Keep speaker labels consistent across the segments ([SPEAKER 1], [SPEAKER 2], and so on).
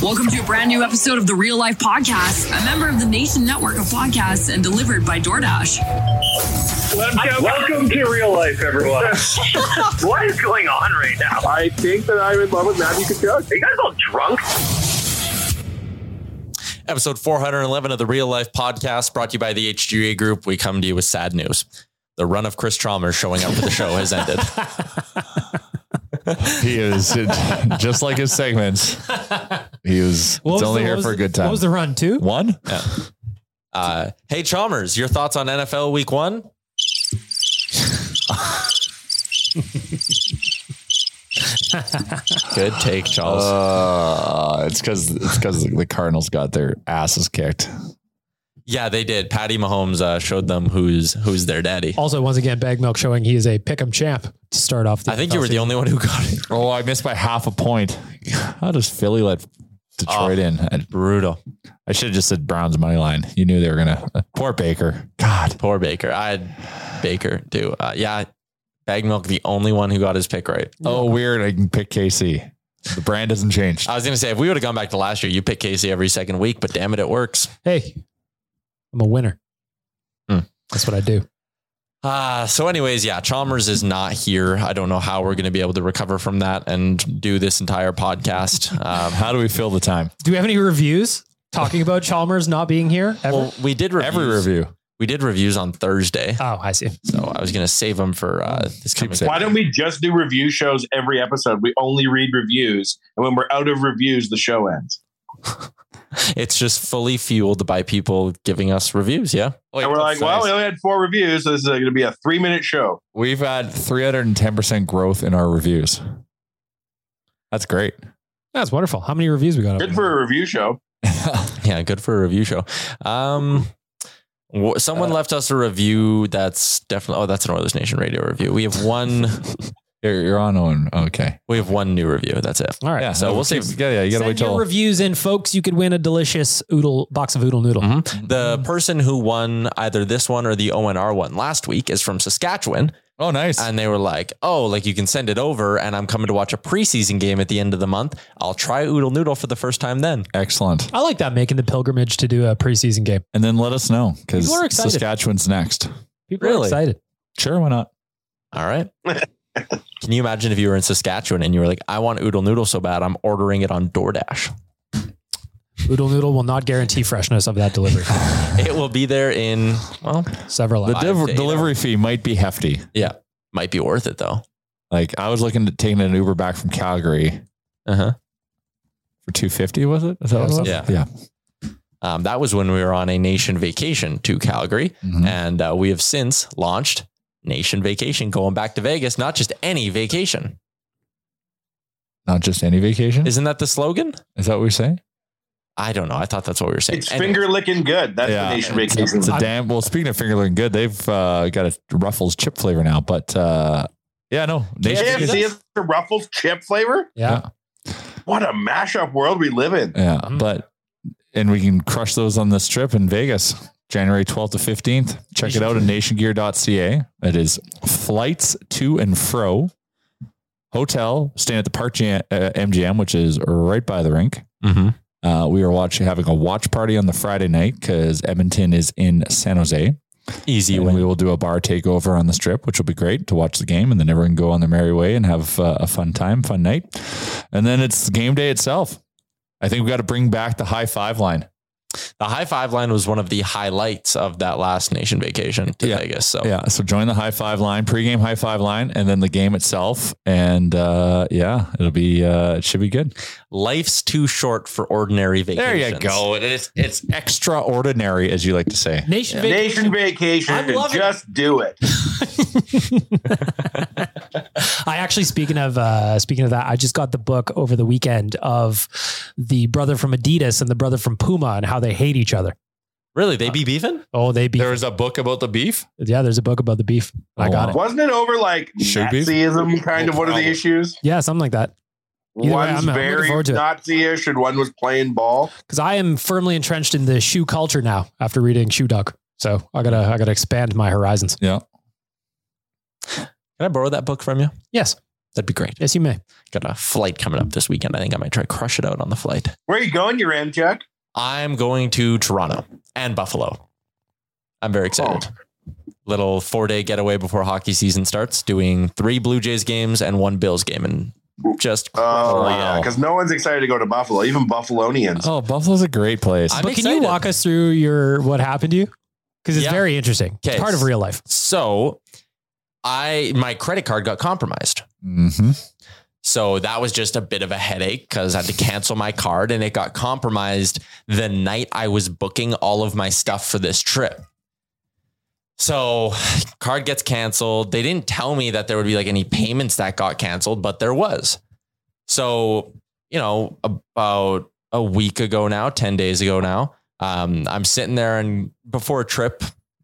[SPEAKER 1] Welcome to a brand new episode of the Real Life Podcast, a member of the Nation Network of podcasts and delivered by DoorDash.
[SPEAKER 2] Welcome, welcome to real life, everyone.
[SPEAKER 3] what is going on right now?
[SPEAKER 2] I think that I'm in love with Matthew Kachuk.
[SPEAKER 3] Are you guys all drunk?
[SPEAKER 4] Episode 411 of the Real Life Podcast, brought to you by the HGA Group. We come to you with sad news. The run of Chris Chalmers showing up for the show has ended.
[SPEAKER 5] He is just like his segments. He was,
[SPEAKER 6] What was
[SPEAKER 5] it's only
[SPEAKER 6] the- what
[SPEAKER 5] here
[SPEAKER 6] was
[SPEAKER 5] for a
[SPEAKER 6] the-
[SPEAKER 5] good time.
[SPEAKER 6] What was the run two?
[SPEAKER 5] one?
[SPEAKER 4] Uh, hey, Chalmers, your thoughts on NFL Week One? Good take, Charles.
[SPEAKER 5] Uh, it's because it's because the Cardinals got their asses kicked.
[SPEAKER 4] yeah, they did. Patty Mahomes uh, showed them who's who's their daddy.
[SPEAKER 6] Also, once again, Bag Milk showing he is a pick'em champ to start off. The
[SPEAKER 4] I think you were the only one who got it.
[SPEAKER 5] Oh, I missed by half a point. Ah. How does Philly let Detroit in? I,
[SPEAKER 4] Brutal.
[SPEAKER 5] I should have just said Browns money line. You knew they were gonna. uh, poor Baker. God.
[SPEAKER 4] Poor Baker. I had Baker too. Uh, yeah, Bag Milk, the only one who got his pick right.
[SPEAKER 5] Oh, weird. I can pick Ah. KC. The brand hasn't changed.
[SPEAKER 4] I was gonna say if we would have gone back to last year, you pick Casey every second week, but damn it, it works.
[SPEAKER 6] Hey, I'm a winner.
[SPEAKER 4] Hmm.
[SPEAKER 6] That's what I do.
[SPEAKER 4] Uh, so, anyways, yeah, Chalmers is not here. I don't know how we're gonna be able to recover from that and do this entire podcast. Um,
[SPEAKER 5] How do we fill the time?
[SPEAKER 6] Do we have any reviews talking about Chalmers not being here? Ever?
[SPEAKER 4] well, we did reviews.
[SPEAKER 5] Every review.
[SPEAKER 4] We did reviews on Thursday,
[SPEAKER 6] oh, I see.
[SPEAKER 4] so I was gonna save them for uh, this
[SPEAKER 5] Keep
[SPEAKER 4] coming.
[SPEAKER 5] saying
[SPEAKER 2] Why don't we just do review shows every episode? We only read reviews, and when we're out of reviews, the show ends.
[SPEAKER 4] It's just fully fueled by people giving us reviews. Yeah,
[SPEAKER 2] and we're like, well, we only had four reviews, so this is going to be a three minute show.
[SPEAKER 5] We've had 310% growth in our reviews. That's great.
[SPEAKER 6] That's wonderful. How many reviews we got?
[SPEAKER 2] Good for a review show.
[SPEAKER 4] yeah, good for a review show. Um, wh-
[SPEAKER 5] Uh,
[SPEAKER 4] someone left us a review that's definitely. Oh, that's an Oilers Nation radio review. We have one.
[SPEAKER 5] You're, you're on one. Okay.
[SPEAKER 4] we have one new review. That's it.
[SPEAKER 6] All right.
[SPEAKER 5] Yeah.
[SPEAKER 4] So we'll see.
[SPEAKER 5] Yeah, yeah. You got to
[SPEAKER 6] Send
[SPEAKER 5] wait
[SPEAKER 6] your
[SPEAKER 5] till.
[SPEAKER 6] reviews in, folks. You could win a delicious oodle box of oodle noodle.
[SPEAKER 4] Mm-hmm. The person who won either this one or the ONR one last week is from Saskatchewan.
[SPEAKER 5] Oh, nice.
[SPEAKER 4] And they were like, oh, like you can send it over, and I'm coming to watch a preseason game at the end of the month. I'll try Oodle Noodle for the first time then.
[SPEAKER 5] Excellent.
[SPEAKER 6] I like that making the pilgrimage to do a preseason game.
[SPEAKER 5] And then let us know because
[SPEAKER 6] People are excited.
[SPEAKER 5] Saskatchewan's next.
[SPEAKER 6] People
[SPEAKER 4] Really?
[SPEAKER 6] are excited.
[SPEAKER 5] Sure, why not?
[SPEAKER 4] All right. can you imagine if you were in Saskatchewan and you were like, I want Oodle Noodle so bad, I'm ordering it on DoorDash?
[SPEAKER 6] Oodle noodle will not guarantee freshness of that delivery.
[SPEAKER 4] It will be there in, well,
[SPEAKER 6] Several.
[SPEAKER 5] The
[SPEAKER 6] hours.
[SPEAKER 5] div-
[SPEAKER 4] to eight
[SPEAKER 5] delivery fee might be hefty.
[SPEAKER 4] yeah, might be worth it though.
[SPEAKER 5] Like I was looking at taking an Uber back from Calgary,
[SPEAKER 4] Uh
[SPEAKER 6] Uh-huh.
[SPEAKER 4] huh.
[SPEAKER 5] for 250 was it? Is that what it was?
[SPEAKER 4] Yeah.
[SPEAKER 5] Yeah.
[SPEAKER 4] Um, that was when we were on a nation vacation to Calgary,
[SPEAKER 5] Hmm. Mm-hmm.
[SPEAKER 4] and uh, we have since launched Nation Vacation, going back to Vegas. Not just any vacation.
[SPEAKER 5] Not just any vacation. Is,
[SPEAKER 4] Isn't that the slogan?
[SPEAKER 5] that what you're saying?
[SPEAKER 4] I don't know. I thought that's what we were saying.
[SPEAKER 2] It's
[SPEAKER 4] Anyway.
[SPEAKER 2] finger licking good. That's
[SPEAKER 5] Yeah.
[SPEAKER 2] the nation
[SPEAKER 4] It's-
[SPEAKER 2] vacation.
[SPEAKER 5] It's a damn well. Speaking of finger looking good, they've uh, got a Ruffles chip flavor now. But uh, yeah, no, Nation
[SPEAKER 4] Yeah,
[SPEAKER 5] Vacation-
[SPEAKER 2] KFC is the Ruffles chip flavor.
[SPEAKER 6] Yeah.
[SPEAKER 2] What a mashup world we live in.
[SPEAKER 5] Yeah,
[SPEAKER 6] Mhm.
[SPEAKER 5] but and we can crush those on this trip in Vegas, January 12th to 15th. Check it out at nationgear.ca. It is flights to and fro, hotel, staying at the Park G- uh, MGM, which is right by the rink.
[SPEAKER 4] Mhm.
[SPEAKER 5] Uh, we are watching having a watch party on the Friday night because Edmonton is in San Jose.
[SPEAKER 4] easy
[SPEAKER 5] And
[SPEAKER 4] win.
[SPEAKER 5] we will do a bar takeover on the strip, which will be great to watch the game, and then everyone can go on their merry way and have uh, a fun time, fun night. And then it's game day itself. I think we got to bring back the high five line.
[SPEAKER 4] The high five line was one of the highlights of that last nation vacation to
[SPEAKER 5] Yeah.
[SPEAKER 4] Vegas. So
[SPEAKER 5] Yeah, so join the high five line, pregame high five line, and then the game itself. And uh, yeah, it'll be uh, it should be good.
[SPEAKER 4] life's too short for ordinary vacations.
[SPEAKER 5] It's it's extraordinary, as you like to say.
[SPEAKER 6] Nation Vac-
[SPEAKER 2] Nation vacation.
[SPEAKER 4] I'm loving
[SPEAKER 2] Just do it.
[SPEAKER 6] I actually speaking of uh, speaking of that, I just got the book over the weekend of the brother from Adidas and the brother from Puma and how they hate each other.
[SPEAKER 4] Really, they be beefing?
[SPEAKER 6] Oh, they beef.
[SPEAKER 5] There was a book about the Uh, beef.
[SPEAKER 6] yeah, there's a book about the beef. I
[SPEAKER 5] Oh,
[SPEAKER 6] got
[SPEAKER 5] wow.
[SPEAKER 6] it.
[SPEAKER 2] Wasn't it over like
[SPEAKER 5] Should be.
[SPEAKER 2] Nazism kind of one of the issues?
[SPEAKER 6] Yeah, something like that. Either way,
[SPEAKER 2] One's
[SPEAKER 6] I'm- I'm looking
[SPEAKER 2] very
[SPEAKER 6] forward to it.
[SPEAKER 2] Nazi-ish and one was playing ball.
[SPEAKER 6] Because I am firmly entrenched in the shoe culture now after reading Shoe Dog. So I gotta I gotta expand my horizons.
[SPEAKER 5] Yeah,
[SPEAKER 4] Can I borrow that book from you?
[SPEAKER 6] Yes,
[SPEAKER 4] That'd be great.
[SPEAKER 6] yes, you may.
[SPEAKER 4] Got a flight coming up this weekend. I think I might try to crush it out on the flight.
[SPEAKER 2] Where are you going, you ram Chuck?
[SPEAKER 4] I'm going to Toronto and Buffalo. I'm
[SPEAKER 2] Oh.
[SPEAKER 4] very excited. Little four day getaway before hockey season starts, doing three Blue Jays games and one Bills game, and just
[SPEAKER 2] Oh, yeah.
[SPEAKER 5] Wow.
[SPEAKER 2] Because no one's excited to go to Buffalo, even Buffalonians.
[SPEAKER 5] Oh, Buffalo's a great place.
[SPEAKER 4] I'm
[SPEAKER 6] but can you
[SPEAKER 4] excited.
[SPEAKER 6] walk us through your what happened to you? Because it's
[SPEAKER 4] Yeah.
[SPEAKER 6] very interesting. It's
[SPEAKER 4] Okay.
[SPEAKER 6] part of real life.
[SPEAKER 4] So, I my credit card got compromised.
[SPEAKER 5] hmm
[SPEAKER 4] So that was just a bit of a headache because I had to cancel my card and it got compromised the night I was booking all of my stuff for this trip. So card gets canceled. They didn't tell me that there would be like any payments that got canceled, but there was. So, you know, about a week ago now, 10 days ago now, um, I'm sitting there and before a trip,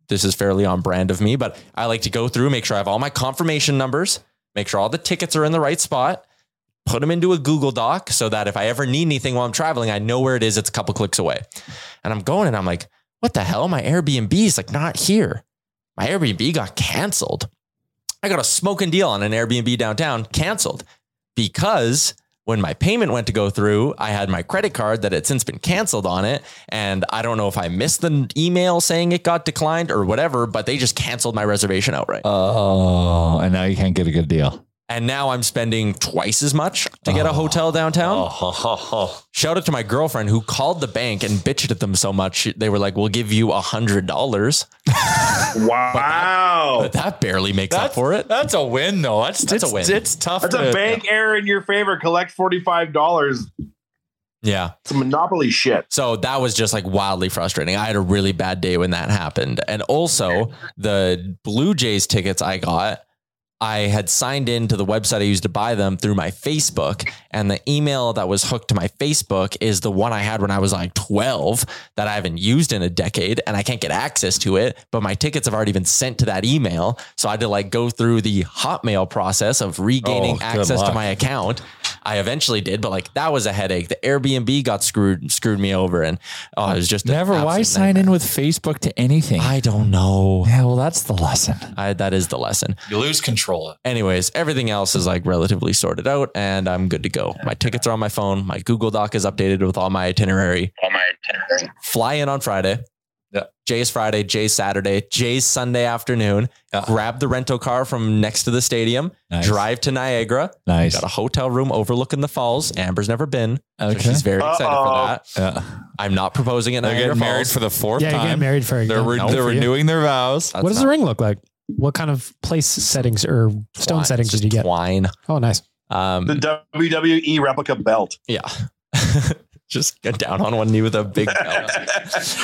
[SPEAKER 4] this is fairly on brand of me, but I like to go through, make sure I have all my confirmation numbers, make sure all the tickets are in the right spot, put them into a Google Doc so that if I ever need anything while I'm traveling, I know where it is. It's a couple clicks away. And I'm going and I'm like, what the hell? My Airbnb is like not here. My Airbnb got canceled. I got a smoking deal on an Airbnb downtown canceled because when my payment went to go through, I had my credit card that had since been canceled on it. And I don't know if I missed the email saying it got declined or whatever, but they just canceled my reservation outright.
[SPEAKER 5] Uh. Oh, and now you can't get a good deal.
[SPEAKER 4] And now I'm spending twice as much to get a hotel downtown. Shout out to my girlfriend who called the bank and bitched at them so much. They were like, we'll give you a hundred dollars.
[SPEAKER 2] wow. Oh.
[SPEAKER 4] But that barely makes up
[SPEAKER 5] That's-
[SPEAKER 4] for it.
[SPEAKER 5] That's a win, though. That's,
[SPEAKER 4] That's a
[SPEAKER 5] it's-
[SPEAKER 4] win.
[SPEAKER 5] It's tough.
[SPEAKER 2] That's a
[SPEAKER 5] to-
[SPEAKER 2] bank error in your favor. Collect $45.
[SPEAKER 4] Yeah.
[SPEAKER 2] It's a monopoly shit.
[SPEAKER 4] So that was just like wildly frustrating. I had a really bad day when that happened. And also, the Blue Jays tickets I got, I had signed in to the website I used to buy them through my Facebook. And the email that was hooked to my Facebook is the one I had when I was like 12 that I haven't used in a decade and I can't get access to it. But my tickets have already been sent to that email. So I had to like go through the Hotmail process of regaining
[SPEAKER 5] Oh, good
[SPEAKER 4] access to
[SPEAKER 5] luck.
[SPEAKER 4] my account. I eventually did, but like that was a headache. The Airbnb got screwed screwed me over, and oh, it was just an
[SPEAKER 5] Never. Why
[SPEAKER 4] absolute
[SPEAKER 5] sign in with Facebook to anything?
[SPEAKER 4] nightmare. I don't know.
[SPEAKER 5] yeah, well, that's the lesson.
[SPEAKER 4] I, that is the lesson.
[SPEAKER 5] You lose control.
[SPEAKER 4] Anyways, everything else is like relatively sorted out, and I'm good to go. My tickets are on my phone. My Google Doc is updated with all my itinerary.
[SPEAKER 7] Oh my
[SPEAKER 4] Fly in on Friday.
[SPEAKER 5] Yeah.
[SPEAKER 4] Jay's Friday, Jay's Saturday, Jay's Sunday afternoon.
[SPEAKER 5] Yeah.
[SPEAKER 4] Grab the rental car from next to the stadium.
[SPEAKER 5] Nice.
[SPEAKER 4] Drive to Niagara.
[SPEAKER 5] Nice.
[SPEAKER 4] Got a hotel room overlooking the falls. Amber's never been. So
[SPEAKER 5] Okay.
[SPEAKER 4] she's very excited
[SPEAKER 2] Uh-oh.
[SPEAKER 4] for that.
[SPEAKER 5] Yeah.
[SPEAKER 4] I'm not proposing it.
[SPEAKER 5] They're
[SPEAKER 4] Niagara
[SPEAKER 5] getting married
[SPEAKER 4] Falls.
[SPEAKER 5] for the fourth
[SPEAKER 6] yeah, you're
[SPEAKER 5] time.
[SPEAKER 6] getting married for.
[SPEAKER 5] They're, re-
[SPEAKER 6] no,
[SPEAKER 5] they're
[SPEAKER 6] for you.
[SPEAKER 5] renewing their vows.
[SPEAKER 4] That's
[SPEAKER 6] What does
[SPEAKER 4] not
[SPEAKER 6] the ring look like? What kind of place settings or stone
[SPEAKER 4] twine.
[SPEAKER 6] settings
[SPEAKER 4] It's
[SPEAKER 6] did you
[SPEAKER 4] just
[SPEAKER 6] get?
[SPEAKER 4] Twine.
[SPEAKER 6] Oh, nice.
[SPEAKER 4] Um,
[SPEAKER 2] The WWE replica belt.
[SPEAKER 4] yeah. Just get down on one knee with a big belt.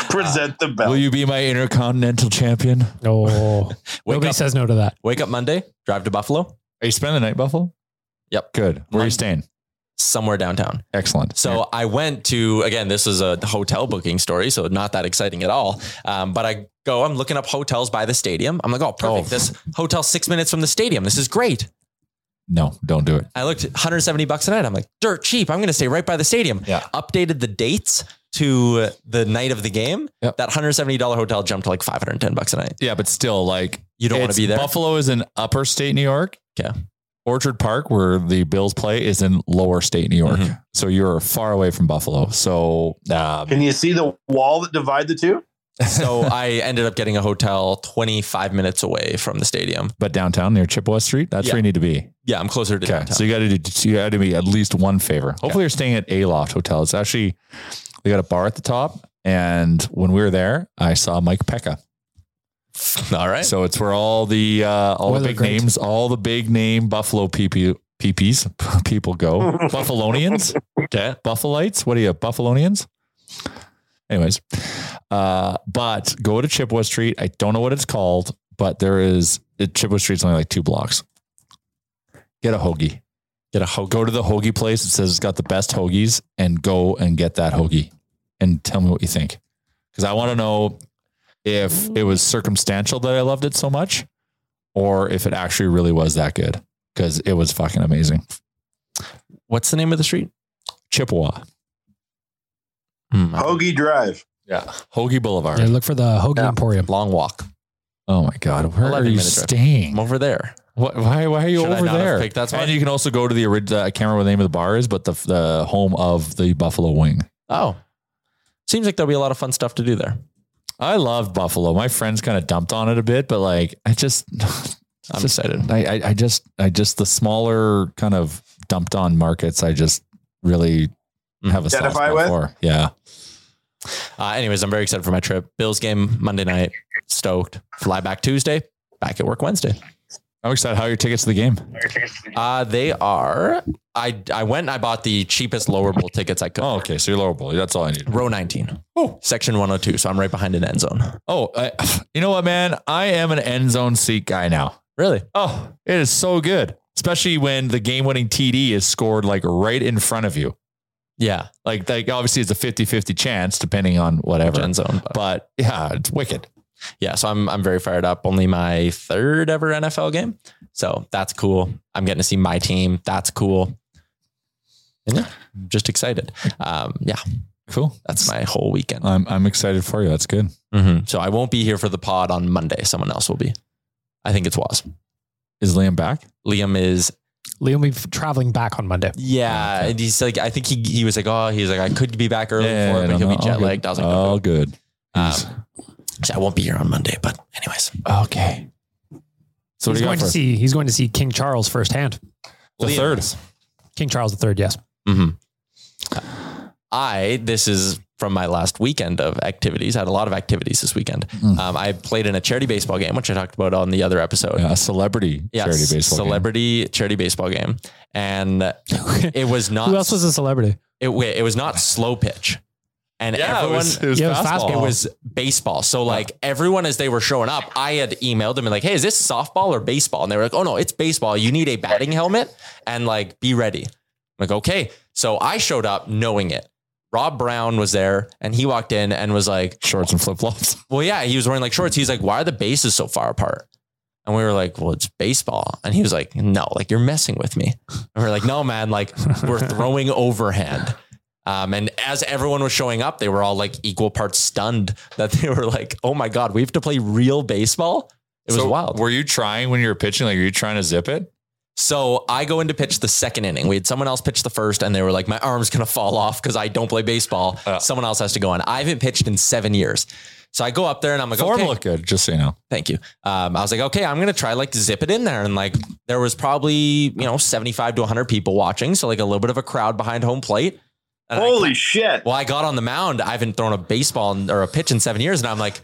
[SPEAKER 2] Present the belt.
[SPEAKER 5] Will you be my intercontinental champion?
[SPEAKER 6] Oh,
[SPEAKER 4] Wake
[SPEAKER 6] nobody
[SPEAKER 4] up.
[SPEAKER 6] says no to that.
[SPEAKER 4] Wake up Monday, drive to Buffalo,
[SPEAKER 5] Are you spending the night, Buffalo?
[SPEAKER 4] Yep.
[SPEAKER 5] Good. Where are
[SPEAKER 4] Mon-
[SPEAKER 5] you staying?
[SPEAKER 4] somewhere downtown.
[SPEAKER 5] Excellent.
[SPEAKER 4] So I went to again. This is a hotel booking story, so not that exciting at all. Um, but I go. I'm looking up hotels by the stadium. I'm like, oh, perfect.
[SPEAKER 5] Oh.
[SPEAKER 4] This hotel six minutes from the stadium. This is great.
[SPEAKER 5] no, don't do it.
[SPEAKER 4] I looked 170 bucks a night. I'm like, dirt cheap. I'm going to stay right by the stadium.
[SPEAKER 5] Yeah.
[SPEAKER 4] Updated the dates to the night of the game.
[SPEAKER 5] Yep.
[SPEAKER 4] That 170 dollar hotel jumped to like 510 bucks a night.
[SPEAKER 5] Yeah, but still, like
[SPEAKER 4] You don't wanna
[SPEAKER 5] it's-
[SPEAKER 4] be there?
[SPEAKER 5] Buffalo is in upper state New York.
[SPEAKER 4] Okay.
[SPEAKER 5] Orchard Park, where the Bills play, is in lower state New York.
[SPEAKER 4] Mhm.
[SPEAKER 5] So you're far away from Buffalo. So um,
[SPEAKER 2] Can you see the wall that divide the two?
[SPEAKER 4] So I ended up getting a hotel 25 minutes away from the stadium.
[SPEAKER 5] but downtown near Chippewa Street, that's
[SPEAKER 4] Yeah.
[SPEAKER 5] where you need to be.
[SPEAKER 4] Yeah, I'm closer to
[SPEAKER 5] Okay.
[SPEAKER 4] downtown.
[SPEAKER 5] So you got to do, you got to be at least one favor. Hopefully you're staying at A Loft Hotel. It's actually, they got a bar at the top. And when we were there, I saw Mike Pekka.
[SPEAKER 4] all right.
[SPEAKER 5] So it's where all the, uh, all
[SPEAKER 6] Oiler
[SPEAKER 5] the big
[SPEAKER 6] great.
[SPEAKER 5] names, all the big name Buffalo PP, PPs, people go. Buffalonians,
[SPEAKER 4] okay.
[SPEAKER 5] Buffalites. What are you, Buffalonians? Anyways, uh, but go to Chippewa Street. I don't know what it's called, but there is, it, Chippewa Street's only like two blocks. Get a hoagie
[SPEAKER 4] Get a hotel.
[SPEAKER 5] go to the hoagie place. It says it's got the best hoagies and go and get that hoagie and tell me what you think. Cause I want to know if it was circumstantial that I loved it so much or if it actually really was that good. Cause it was fucking amazing.
[SPEAKER 4] What's the name of the street?
[SPEAKER 5] Chippewa.
[SPEAKER 2] Hoagie Drive.
[SPEAKER 5] Yeah. Hoagie Boulevard.
[SPEAKER 6] Yeah, look for the Hoagie
[SPEAKER 2] Yeah.
[SPEAKER 6] Emporium.
[SPEAKER 4] Long walk.
[SPEAKER 5] oh my God. Where are
[SPEAKER 4] 11
[SPEAKER 5] you
[SPEAKER 4] minute drive.
[SPEAKER 5] staying?
[SPEAKER 4] I'm over there.
[SPEAKER 5] What, why, why are you
[SPEAKER 4] Should I
[SPEAKER 5] over
[SPEAKER 4] not have
[SPEAKER 5] there?
[SPEAKER 4] picked that spot?
[SPEAKER 5] and you can also go to the original, I can't remember the name of the bar is, but the, the home of the Buffalo Wing.
[SPEAKER 4] Oh. Seems like there'll be a lot of fun stuff to do there.
[SPEAKER 5] I love Buffalo. My friends kind of dumped on it a bit, but like I just,
[SPEAKER 4] I'm
[SPEAKER 5] just-
[SPEAKER 4] excited.
[SPEAKER 5] I, I, I just, I just the smaller kind of dumped on markets. I just really have a soft
[SPEAKER 2] Identify
[SPEAKER 5] spot
[SPEAKER 2] with?
[SPEAKER 5] for. Yeah,
[SPEAKER 4] Uh, anyways, I'm very excited for my trip. Bills game Monday night. Stoked. Fly back Tuesday. Back at work Wednesday.
[SPEAKER 5] I'm excited. How are your tickets to the game?
[SPEAKER 4] Uh, they are. I I went and I bought the cheapest lower bowl tickets I could.
[SPEAKER 5] Oh, okay. So you're lower bowl. That's all I need.
[SPEAKER 4] Row 19.
[SPEAKER 5] Oh.
[SPEAKER 4] Section 102. So I'm right behind an end zone.
[SPEAKER 5] Oh, I, you know what, man? I am an end zone seat guy now.
[SPEAKER 4] Really?
[SPEAKER 5] Oh, it is so good, especially when the game-winning TD is scored like right in front of you.
[SPEAKER 4] Yeah.
[SPEAKER 5] Like, like obviously it's a 50-50 chance depending on whatever.
[SPEAKER 4] End zone. But
[SPEAKER 5] But yeah, it's wicked.
[SPEAKER 4] yeah, so I'm I'm very fired up. Only my third ever NFL game. So that's cool. I'm getting to see my team. That's cool. And yeah, I'm just excited. Um, yeah,
[SPEAKER 5] Cool.
[SPEAKER 4] that's my whole weekend.
[SPEAKER 5] I'm I'm excited for you. That's good. Mm-hmm.
[SPEAKER 4] Mhm. So I won't be here for the pod on Monday. Someone else will be. I think it's Was.
[SPEAKER 5] Is Liam back?
[SPEAKER 4] Liam is
[SPEAKER 6] Liam will be f- traveling back on Monday.
[SPEAKER 5] Oh,
[SPEAKER 4] yeah,
[SPEAKER 5] Okay.
[SPEAKER 4] and he's like I think he he was like oh he's like I could be back early for it, but
[SPEAKER 5] no,
[SPEAKER 4] he'll
[SPEAKER 5] no,
[SPEAKER 4] be
[SPEAKER 5] all
[SPEAKER 4] jet
[SPEAKER 5] good.
[SPEAKER 4] lagged. I was like
[SPEAKER 5] all
[SPEAKER 4] oh,
[SPEAKER 5] good.
[SPEAKER 4] Um, so I won't be here on Monday. But anyways,
[SPEAKER 5] Uh, okay. So what
[SPEAKER 6] he's
[SPEAKER 5] do
[SPEAKER 6] going
[SPEAKER 5] you got for
[SPEAKER 6] to
[SPEAKER 5] us?
[SPEAKER 6] see. He's going to see King Charles firsthand.
[SPEAKER 5] the
[SPEAKER 4] Liam.
[SPEAKER 5] third?
[SPEAKER 6] King Charles III. Yes.
[SPEAKER 4] Mhm.
[SPEAKER 5] Uh,
[SPEAKER 4] I this is from my last weekend of activities. I had a lot of activities this weekend.
[SPEAKER 5] Mm.
[SPEAKER 4] Um, I played in a charity baseball game, which I talked about on the other episode.
[SPEAKER 5] Yeah, a celebrity
[SPEAKER 4] Yes,
[SPEAKER 5] charity baseball. game.
[SPEAKER 4] celebrity charity baseball game, and it was not
[SPEAKER 6] Who else was a celebrity?
[SPEAKER 4] it, wait, it was not slow pitch, and
[SPEAKER 5] Yeah,
[SPEAKER 4] everyone
[SPEAKER 5] it was, it was
[SPEAKER 6] Yeah, it was
[SPEAKER 5] fastball.
[SPEAKER 6] fastball.
[SPEAKER 4] it was baseball. So like everyone as they were showing up, I had emailed them and like, hey, is this softball or baseball? And they were like, oh no, it's baseball. You need a batting helmet and like be ready. I'm like, okay. So I showed up knowing it. Rob Brown was there and he walked in and was like,
[SPEAKER 5] shorts and flip flops.
[SPEAKER 4] well, yeah, he was wearing like shorts. He's like, why are the bases so far apart? And we were like, well, it's baseball. And he was like, no, like you're messing with me. And we are like, no, man, like we're throwing overhand. Um, and as everyone was showing up, they were all like equal parts stunned that they were like, oh my God, we have to play real baseball. It was wild.
[SPEAKER 5] Were you trying when you were pitching? Like, were you trying to zip it?
[SPEAKER 4] So I go in to pitch the second inning. We had someone else pitch the first, and they were like, "My arm's gonna fall off because I don't play baseball."
[SPEAKER 5] Yeah.
[SPEAKER 4] Someone else has to go in. I haven't pitched in seven years, so I go up there and I'm like,
[SPEAKER 5] Form
[SPEAKER 4] "Okay,
[SPEAKER 5] looked good. Just so you know,
[SPEAKER 4] thank you." Um, I was like, "Okay, I'm gonna try like to zip it in there." And like, there was probably you know 75 to 100 people watching, so like a little bit of a crowd behind home plate. And I
[SPEAKER 2] Holy shit.
[SPEAKER 4] well, I got on the mound. I haven't thrown a baseball in- or a pitch in seven years, and I'm like,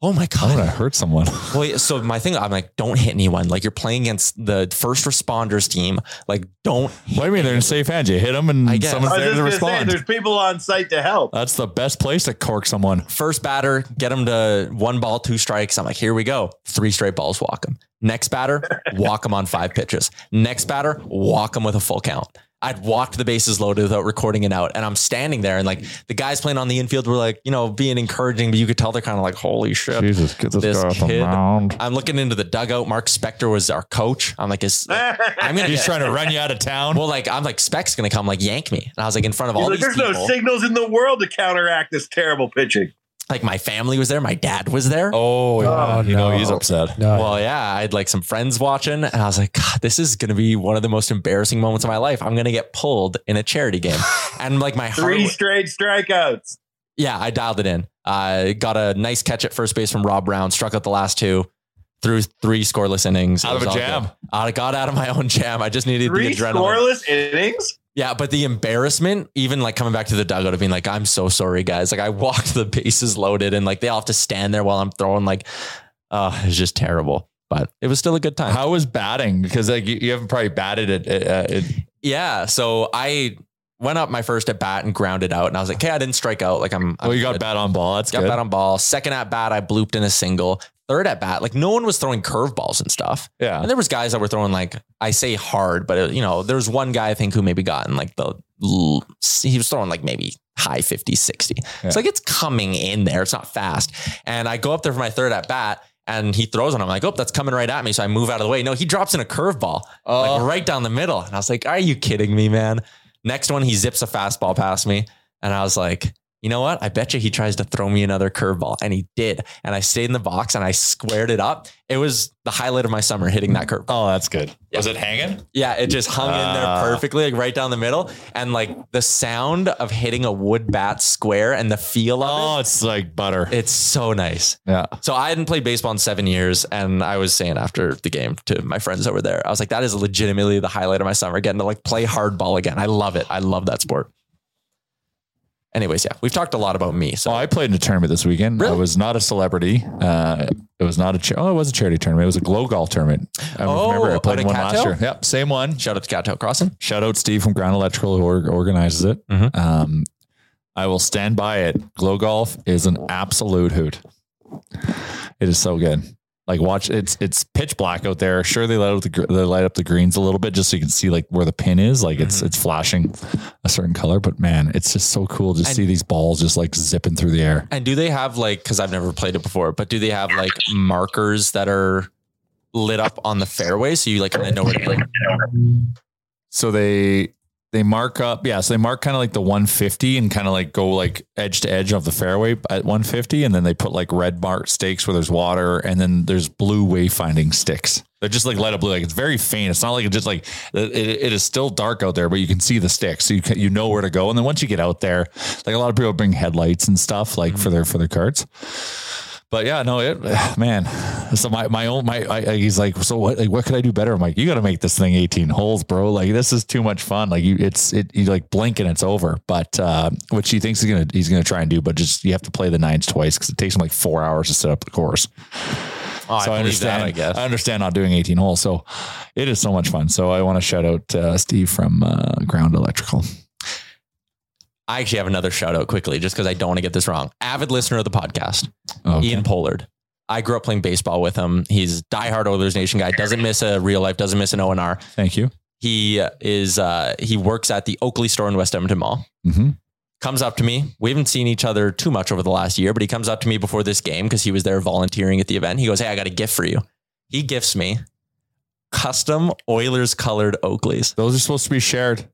[SPEAKER 4] Oh my
[SPEAKER 5] I'm gonna
[SPEAKER 4] god.
[SPEAKER 5] hurt someone.
[SPEAKER 4] Well, yeah, so my thing, I'm like, don't hit anyone. Like you're playing against the first responders team. Like, don't.
[SPEAKER 5] What do you mean they're in safe hands? You hit them and
[SPEAKER 4] I guess.
[SPEAKER 5] someone's
[SPEAKER 2] I was
[SPEAKER 5] there
[SPEAKER 2] just
[SPEAKER 5] to
[SPEAKER 2] gonna say,
[SPEAKER 5] respond.
[SPEAKER 2] there's people on site to help.
[SPEAKER 5] That's the best place to cork someone.
[SPEAKER 4] First batter, get him to one ball, two strikes. I'm like, here we go. Three straight balls, walk him. Next batter, walk him on five pitches. Next batter, walk him with a full count. I'd walked the bases loaded without recording it out. And I'm standing there and like the guys playing on the infield were like, you know, being encouraging, but you could tell they're kind of like, holy shit.
[SPEAKER 5] Jesus, get this,
[SPEAKER 4] This
[SPEAKER 5] guy off the
[SPEAKER 4] kid-
[SPEAKER 5] mound.
[SPEAKER 4] I'm looking into the dugout. Mark Spector was our coach. I'm like, is,
[SPEAKER 2] Uh,
[SPEAKER 4] I'm gonna
[SPEAKER 5] He's
[SPEAKER 4] get-
[SPEAKER 5] trying to run you out of town.
[SPEAKER 4] Well, like I'm like Spec's gonna come like yank me, and I was like in front of
[SPEAKER 2] He's
[SPEAKER 4] all
[SPEAKER 2] like, there's
[SPEAKER 4] these people.
[SPEAKER 2] no signals in the world to counteract this terrible pitching.
[SPEAKER 4] like my family was there, my dad was there.
[SPEAKER 5] oh, yeah.
[SPEAKER 6] Oh,
[SPEAKER 5] you know
[SPEAKER 6] no.
[SPEAKER 5] he's upset.
[SPEAKER 6] No.
[SPEAKER 4] Well, yeah, I had like some friends watching, and I was like, God, this is gonna be one of the most embarrassing moments of my life. I'm gonna get pulled in a charity game, and like my heart,
[SPEAKER 2] Three
[SPEAKER 4] was-
[SPEAKER 2] straight strikeouts.
[SPEAKER 4] yeah, I dialed it in. I got a nice catch at first base from Rob Brown, struck out the last two. Through three scoreless innings,
[SPEAKER 5] Out of
[SPEAKER 4] It was
[SPEAKER 5] a
[SPEAKER 4] all
[SPEAKER 5] jam.
[SPEAKER 4] good. I got out of my own jam. I just needed
[SPEAKER 2] Three
[SPEAKER 4] the adrenaline.
[SPEAKER 2] scoreless innings.
[SPEAKER 4] Yeah, but the embarrassment, even like coming back to the dugout of being like, I'm so sorry, guys. Like I walked the bases loaded and like they all have to stand there while I'm throwing like uh it's just terrible. But it was still a good time.
[SPEAKER 5] How was batting? Because like you, you haven't probably batted it. it, uh, it
[SPEAKER 4] yeah. So I went up my first at bat and grounded out and I was like, okay, I didn't strike out. Like I'm, I'm
[SPEAKER 5] well, you got
[SPEAKER 4] good.
[SPEAKER 5] bat on ball. That's
[SPEAKER 4] got
[SPEAKER 5] good.
[SPEAKER 4] bat on ball. Second at bat, I blooped in a single. Third at bat, like no one was throwing curveballs and stuff.
[SPEAKER 5] yeah.
[SPEAKER 4] And there was guys that were throwing like I say hard, but it, you know, there's one guy I think who maybe got in like the l- he was throwing like maybe high 50, 60.
[SPEAKER 5] Yeah.
[SPEAKER 4] It's like it's coming in there. It's not fast. And I go up there for my third at bat and he throws and I'm like, oh, that's coming right at me. So I move out of the way. No, he drops in a curveball
[SPEAKER 5] Uh.
[SPEAKER 4] like right down the middle. And I was like, are you kidding me, man? Next one, he zips a fastball past me. And I was like, you know what? I bet you he tries to throw me another curveball. And he did. And I stayed in the box and I squared it up. It was the highlight of my summer hitting that curve.
[SPEAKER 5] Oh, that's good. Was it hanging?
[SPEAKER 4] Yeah, it just hung in
[SPEAKER 5] Ah.
[SPEAKER 4] there perfectly, like right down the middle. And like the sound of hitting a wood bat square and the feel of
[SPEAKER 5] Oh, it's like butter.
[SPEAKER 4] it, it's so nice.
[SPEAKER 5] yeah.
[SPEAKER 4] So I hadn't played baseball in seven years, and I was saying after the game to my friends over there, I was like, "That is legitimately the highlight of my summer, getting to like play hardball again. I love it. I love that sport." Anyways, yeah, we've talked a lot about me. So
[SPEAKER 5] oh, I played in a tournament this weekend. I
[SPEAKER 4] Really?
[SPEAKER 5] was not a celebrity. Uh, it was not a cha- oh, it was a charity tournament. It was a glow golf tournament. I
[SPEAKER 4] Oh,
[SPEAKER 5] remember I
[SPEAKER 4] out
[SPEAKER 5] played
[SPEAKER 4] of
[SPEAKER 5] one
[SPEAKER 4] Cattail?
[SPEAKER 5] last year. Yep, same one.
[SPEAKER 4] shout out to Cattail Crossing.
[SPEAKER 5] Shout out Steve from Ground Electrical who or- organizes it.
[SPEAKER 4] Mhm.
[SPEAKER 5] Um, I will stand by it. Glow golf is an absolute hoot. It is so good. Like watch, it's it's pitch black out there. Sure, they light up the gr- they light up the greens a little bit just so you can see like where the pin is. Like it's it's flashing a certain color, but man, it's just so cool to
[SPEAKER 4] And-
[SPEAKER 5] see these balls just like zipping through the air.
[SPEAKER 4] And do they have like, because I've never played it before, but do they have like markers that are lit up on the fairway so you like kind of know where to like,
[SPEAKER 5] So they they mark up, yeah. So they mark kind of like the 150 and kind of like go like edge to edge of the fairway at 150, and then they put like red mark stakes where there's water, and then there's blue wayfinding sticks. They're just like light up blue, like it's very faint. It's not like it's just like it, it it is still dark out there, but you can see the sticks, so you can, you know where to go. And then once you get out there, like a lot of people bring headlights and stuff like for their for their carts. But yeah, no, it man. So my my own my I, I- he's like, so what? Like, what could I do better? I'm like, you got to make this thing 18 holes, bro. Like, this is too much fun. Like, you it's it you like blink and it's over. But uh, which he thinks he's gonna he's gonna try and do, but just you have to play the nines twice because it takes him like four hours to set up the course.
[SPEAKER 4] oh, I,
[SPEAKER 5] so I,
[SPEAKER 4] believe
[SPEAKER 5] understand. Uh,
[SPEAKER 4] that, I guess.
[SPEAKER 5] understand not doing 18 holes. So it is so much fun. So I want to shout out uh, Steve from uh, Ground Electrical.
[SPEAKER 4] I actually have another shout out quickly, just because I don't want to get this wrong. Avid listener of the podcast.
[SPEAKER 5] Okay.
[SPEAKER 4] Ian Pollard. I grew up playing baseball with him. He's diehard Oilers Nation guy. Doesn't miss a real life. Doesn't miss an O and R.
[SPEAKER 5] Thank you.
[SPEAKER 4] He is. Uh, he works at the Oakley store in West Edmonton Mall.
[SPEAKER 5] Mhm.
[SPEAKER 4] Comes up to me. We haven't seen each other too much over the last year, but he comes up to me before this game because he was there volunteering at the event. He goes, "Hey, I got a gift for you." He gifts me custom Oilers colored Oakleys.
[SPEAKER 5] Those are supposed to be shared.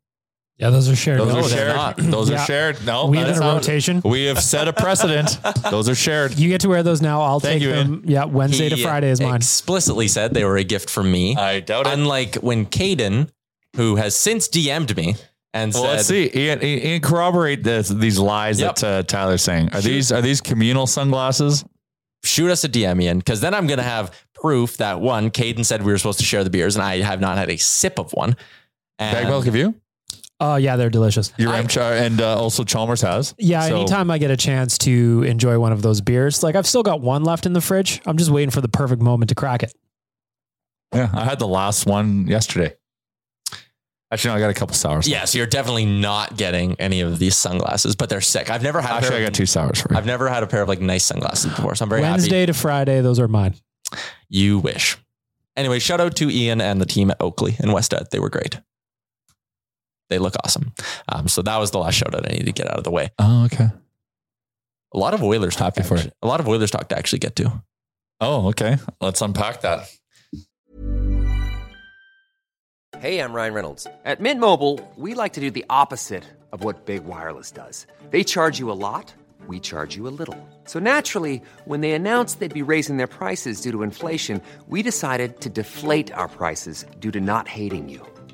[SPEAKER 6] yeah, those are shared.
[SPEAKER 5] Those
[SPEAKER 6] No,
[SPEAKER 5] are
[SPEAKER 6] they're
[SPEAKER 5] shared.
[SPEAKER 6] not.
[SPEAKER 5] Those
[SPEAKER 6] Yeah.
[SPEAKER 5] are shared. No,
[SPEAKER 6] we
[SPEAKER 5] that
[SPEAKER 6] have
[SPEAKER 5] is
[SPEAKER 6] a
[SPEAKER 5] not-
[SPEAKER 6] rotation.
[SPEAKER 5] We have set a precedent. Those are shared.
[SPEAKER 6] You get to wear those now. I'll
[SPEAKER 5] Thank
[SPEAKER 6] take
[SPEAKER 5] you,
[SPEAKER 6] them. Yeah, Wednesday to
[SPEAKER 4] He
[SPEAKER 6] Friday is mine.
[SPEAKER 4] Explicitly said they were a gift for me.
[SPEAKER 5] I doubt
[SPEAKER 4] Unlike when Caden, who has since DM'd me and
[SPEAKER 5] Well,
[SPEAKER 4] said,
[SPEAKER 5] let's see. Ian, Ian, Ian, corroborate this, these lies
[SPEAKER 4] Yep.
[SPEAKER 5] that uh, Tyler's saying. Are these are these communal sunglasses?
[SPEAKER 4] shoot us a DM in because then I'm going to have proof that one, Caden said we were supposed to share the beers and I have not had a sip of one. And
[SPEAKER 5] Bag milk of you?
[SPEAKER 6] Oh yeah, they're delicious.
[SPEAKER 5] Your Ramchar and uh, also Chalmers has.
[SPEAKER 6] Yeah,
[SPEAKER 5] So-
[SPEAKER 6] anytime I get a chance to enjoy one of those beers, like I've still got one left in the fridge. I'm just waiting for the perfect moment to crack it.
[SPEAKER 5] Yeah, I had the last one yesterday. Actually, no, I got a couple sours.
[SPEAKER 4] Yeah, so you're definitely not getting any of these sunglasses, but they're sick. I've never had. a
[SPEAKER 5] Actually,
[SPEAKER 4] pair
[SPEAKER 5] I
[SPEAKER 4] of-
[SPEAKER 5] got two sours for you.
[SPEAKER 4] I've never had a pair of like nice sunglasses before, so I'm very
[SPEAKER 6] Wednesday
[SPEAKER 4] happy.
[SPEAKER 6] to Friday, those are mine.
[SPEAKER 4] You wish. Anyway, shout out to Ian and the team at Oakley and West Ed. They were great. They look awesome. Um, so that was the last shout out I need to get out of the way.
[SPEAKER 5] Oh, okay.
[SPEAKER 4] A lot of Oilers talk.
[SPEAKER 5] for
[SPEAKER 4] actually- A lot of Oilers talk to actually get to.
[SPEAKER 5] Oh, okay. Let's unpack that.
[SPEAKER 7] Hey, I'm Ryan Reynolds. At Mint Mobile, we like to do the opposite of what Big Wireless does. They charge you a lot, we charge you a little. So naturally, when they announced they'd be raising their prices due to inflation, we decided to deflate our prices due to not hating you.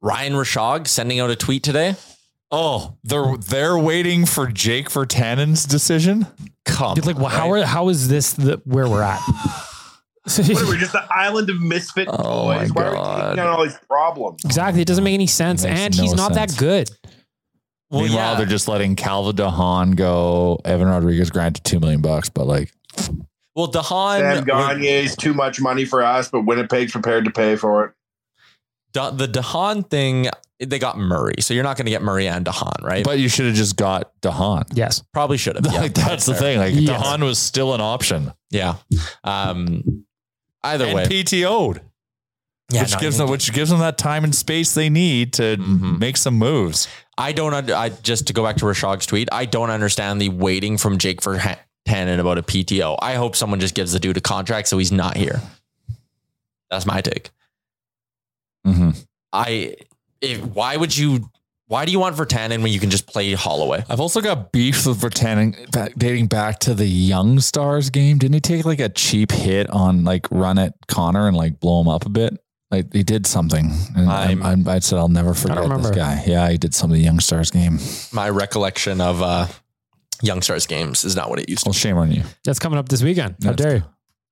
[SPEAKER 4] Ryan Rashog sending out a tweet today.
[SPEAKER 5] Oh, they're they're waiting for Jake Vertanen's decision. Come,
[SPEAKER 6] Dude, like, well, how are, how is this the, where we're at?
[SPEAKER 2] what are we just the island of misfit
[SPEAKER 4] Oh
[SPEAKER 2] toys? Why are we taking on all these problems?
[SPEAKER 6] Exactly, it doesn't make any sense,
[SPEAKER 5] Makes
[SPEAKER 6] and
[SPEAKER 5] no
[SPEAKER 6] he's not
[SPEAKER 5] sense.
[SPEAKER 6] that good.
[SPEAKER 5] Meanwhile, they're just letting Calvin DeHaan go. Evan Rodriguez granted two million bucks, but like,
[SPEAKER 4] Well, Dahan
[SPEAKER 2] Sam Gagne's too much money for us, but Winnipeg's prepared to pay for it.
[SPEAKER 4] Da- the Dahan thing, they got Murray, so you're not going to get Murray and Dahan, right?
[SPEAKER 5] but you should have just got DeHaan.
[SPEAKER 6] Yes,
[SPEAKER 4] probably should have.
[SPEAKER 5] like that's the thing. Like
[SPEAKER 4] Yes.
[SPEAKER 5] DeHaan was still an option.
[SPEAKER 4] Yeah. Um, either
[SPEAKER 5] And
[SPEAKER 4] way,
[SPEAKER 5] PTO'd,
[SPEAKER 4] Yeah,
[SPEAKER 5] which
[SPEAKER 4] no,
[SPEAKER 5] gives
[SPEAKER 4] you-
[SPEAKER 5] them which gives them that time and space they need to make some moves.
[SPEAKER 4] I don't. under- I just to go back to Rashog's tweet. I don't understand the waiting from Jake for Tannen about a PTO. I hope someone just gives the dude a contract so he's not here. That's my take.
[SPEAKER 5] Mm-hmm.
[SPEAKER 4] I. If, why would you? Why do you want Vertanen when you can just play Holloway?
[SPEAKER 5] I've also got beef with Vertanen back- dating back to the Young Stars game. Didn't he take like a cheap hit on like run at Connor and like blow him up a bit? Like he did something. And I'm, I'm, I said I'll never forget this
[SPEAKER 4] remember.
[SPEAKER 5] guy. Yeah, he did something Young Stars game.
[SPEAKER 4] My recollection of uh, Young Stars games is not what it used to.
[SPEAKER 5] Well, shame on you.
[SPEAKER 6] That's coming up this weekend. How dare you?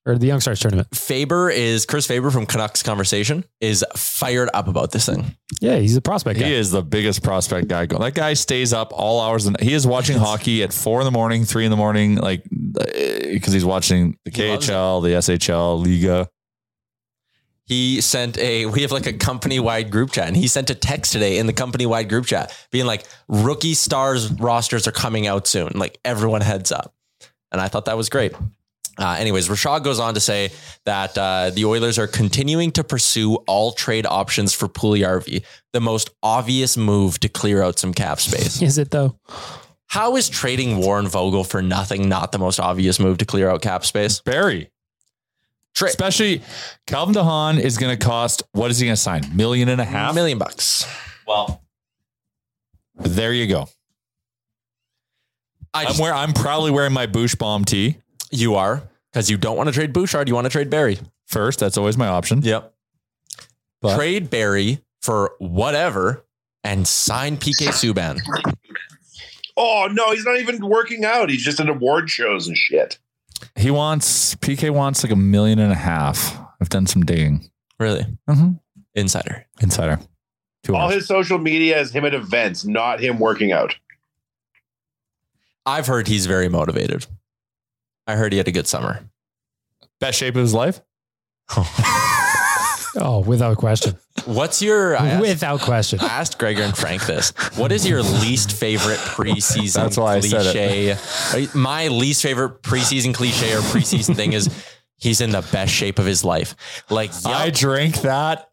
[SPEAKER 6] Or the Young Stars tournament.
[SPEAKER 4] be. Faber is Chris Faber from Canucks Conversation is fired up about this thing.
[SPEAKER 6] Yeah, he's a prospect guy.
[SPEAKER 5] He is the biggest prospect guy. Going. That guy stays up all hours. And he is watching hockey at four in the morning, three in the morning, like because he's watching the KHL, the SHL, Liga.
[SPEAKER 4] he sent a we have like a company wide group chat and he sent a text today in the company wide group chat being like rookie stars rosters are coming out soon like everyone heads up and i thought that was great uh, anyways rashad goes on to say that uh, the oilers are continuing to pursue all trade options for Puliyarvi, the most obvious move to clear out some cap space
[SPEAKER 6] Is it though?
[SPEAKER 4] how is trading warren vogel for nothing not the most obvious move to clear out cap space
[SPEAKER 5] Barry. Especially Calvin DeHaan is going to cost, what is he going to sign? Million and a half?
[SPEAKER 4] Million bucks. Well,
[SPEAKER 5] there you go.
[SPEAKER 4] I
[SPEAKER 5] am where I'm proudly wearing my Bush bomb tee.
[SPEAKER 4] You are because you don't want to trade Bouchard. You want to trade Barry
[SPEAKER 5] first. That's always my option.
[SPEAKER 4] Yep. trade Barry for whatever and sign PK Subban.
[SPEAKER 2] Oh no, he's not even working out. He's just at award shows and shit.
[SPEAKER 5] He wants PK wants like a million and a half. I've done some digging.
[SPEAKER 4] Really?
[SPEAKER 5] Mhm.
[SPEAKER 4] Insider.
[SPEAKER 5] Insider. Two
[SPEAKER 2] All his social media is him at events, not him working out.
[SPEAKER 4] I've heard he's very motivated. I heard he had a good summer.
[SPEAKER 5] Best shape of his life?
[SPEAKER 6] Oh, without question.
[SPEAKER 4] What's your
[SPEAKER 6] without question?
[SPEAKER 4] I asked Gregor and Frank this. What is your least favorite preseason
[SPEAKER 5] That's why I said
[SPEAKER 4] cliche? My least favorite preseason cliche or preseason thing is he's in the best shape of his life. Like
[SPEAKER 5] I drank that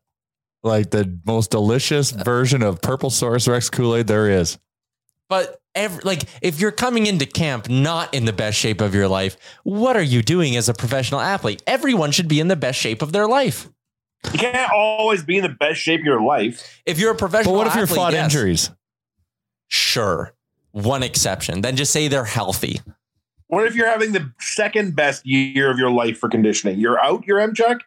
[SPEAKER 5] like the most delicious version of purple source Rex Kool Aid there is.
[SPEAKER 4] But every, like, if you're coming into camp not in the best shape of your life, what are you doing as a professional athlete? Everyone should be in the best shape of their life.
[SPEAKER 2] You can't always be in the best shape of your life.
[SPEAKER 4] If you're a professional,
[SPEAKER 5] But what if you're
[SPEAKER 4] athlete,
[SPEAKER 5] fought
[SPEAKER 4] yes.
[SPEAKER 5] injuries?
[SPEAKER 4] Sure, one exception. Then just say they're healthy.
[SPEAKER 2] What if you're having the second best year of your life for conditioning? You're out, your M check?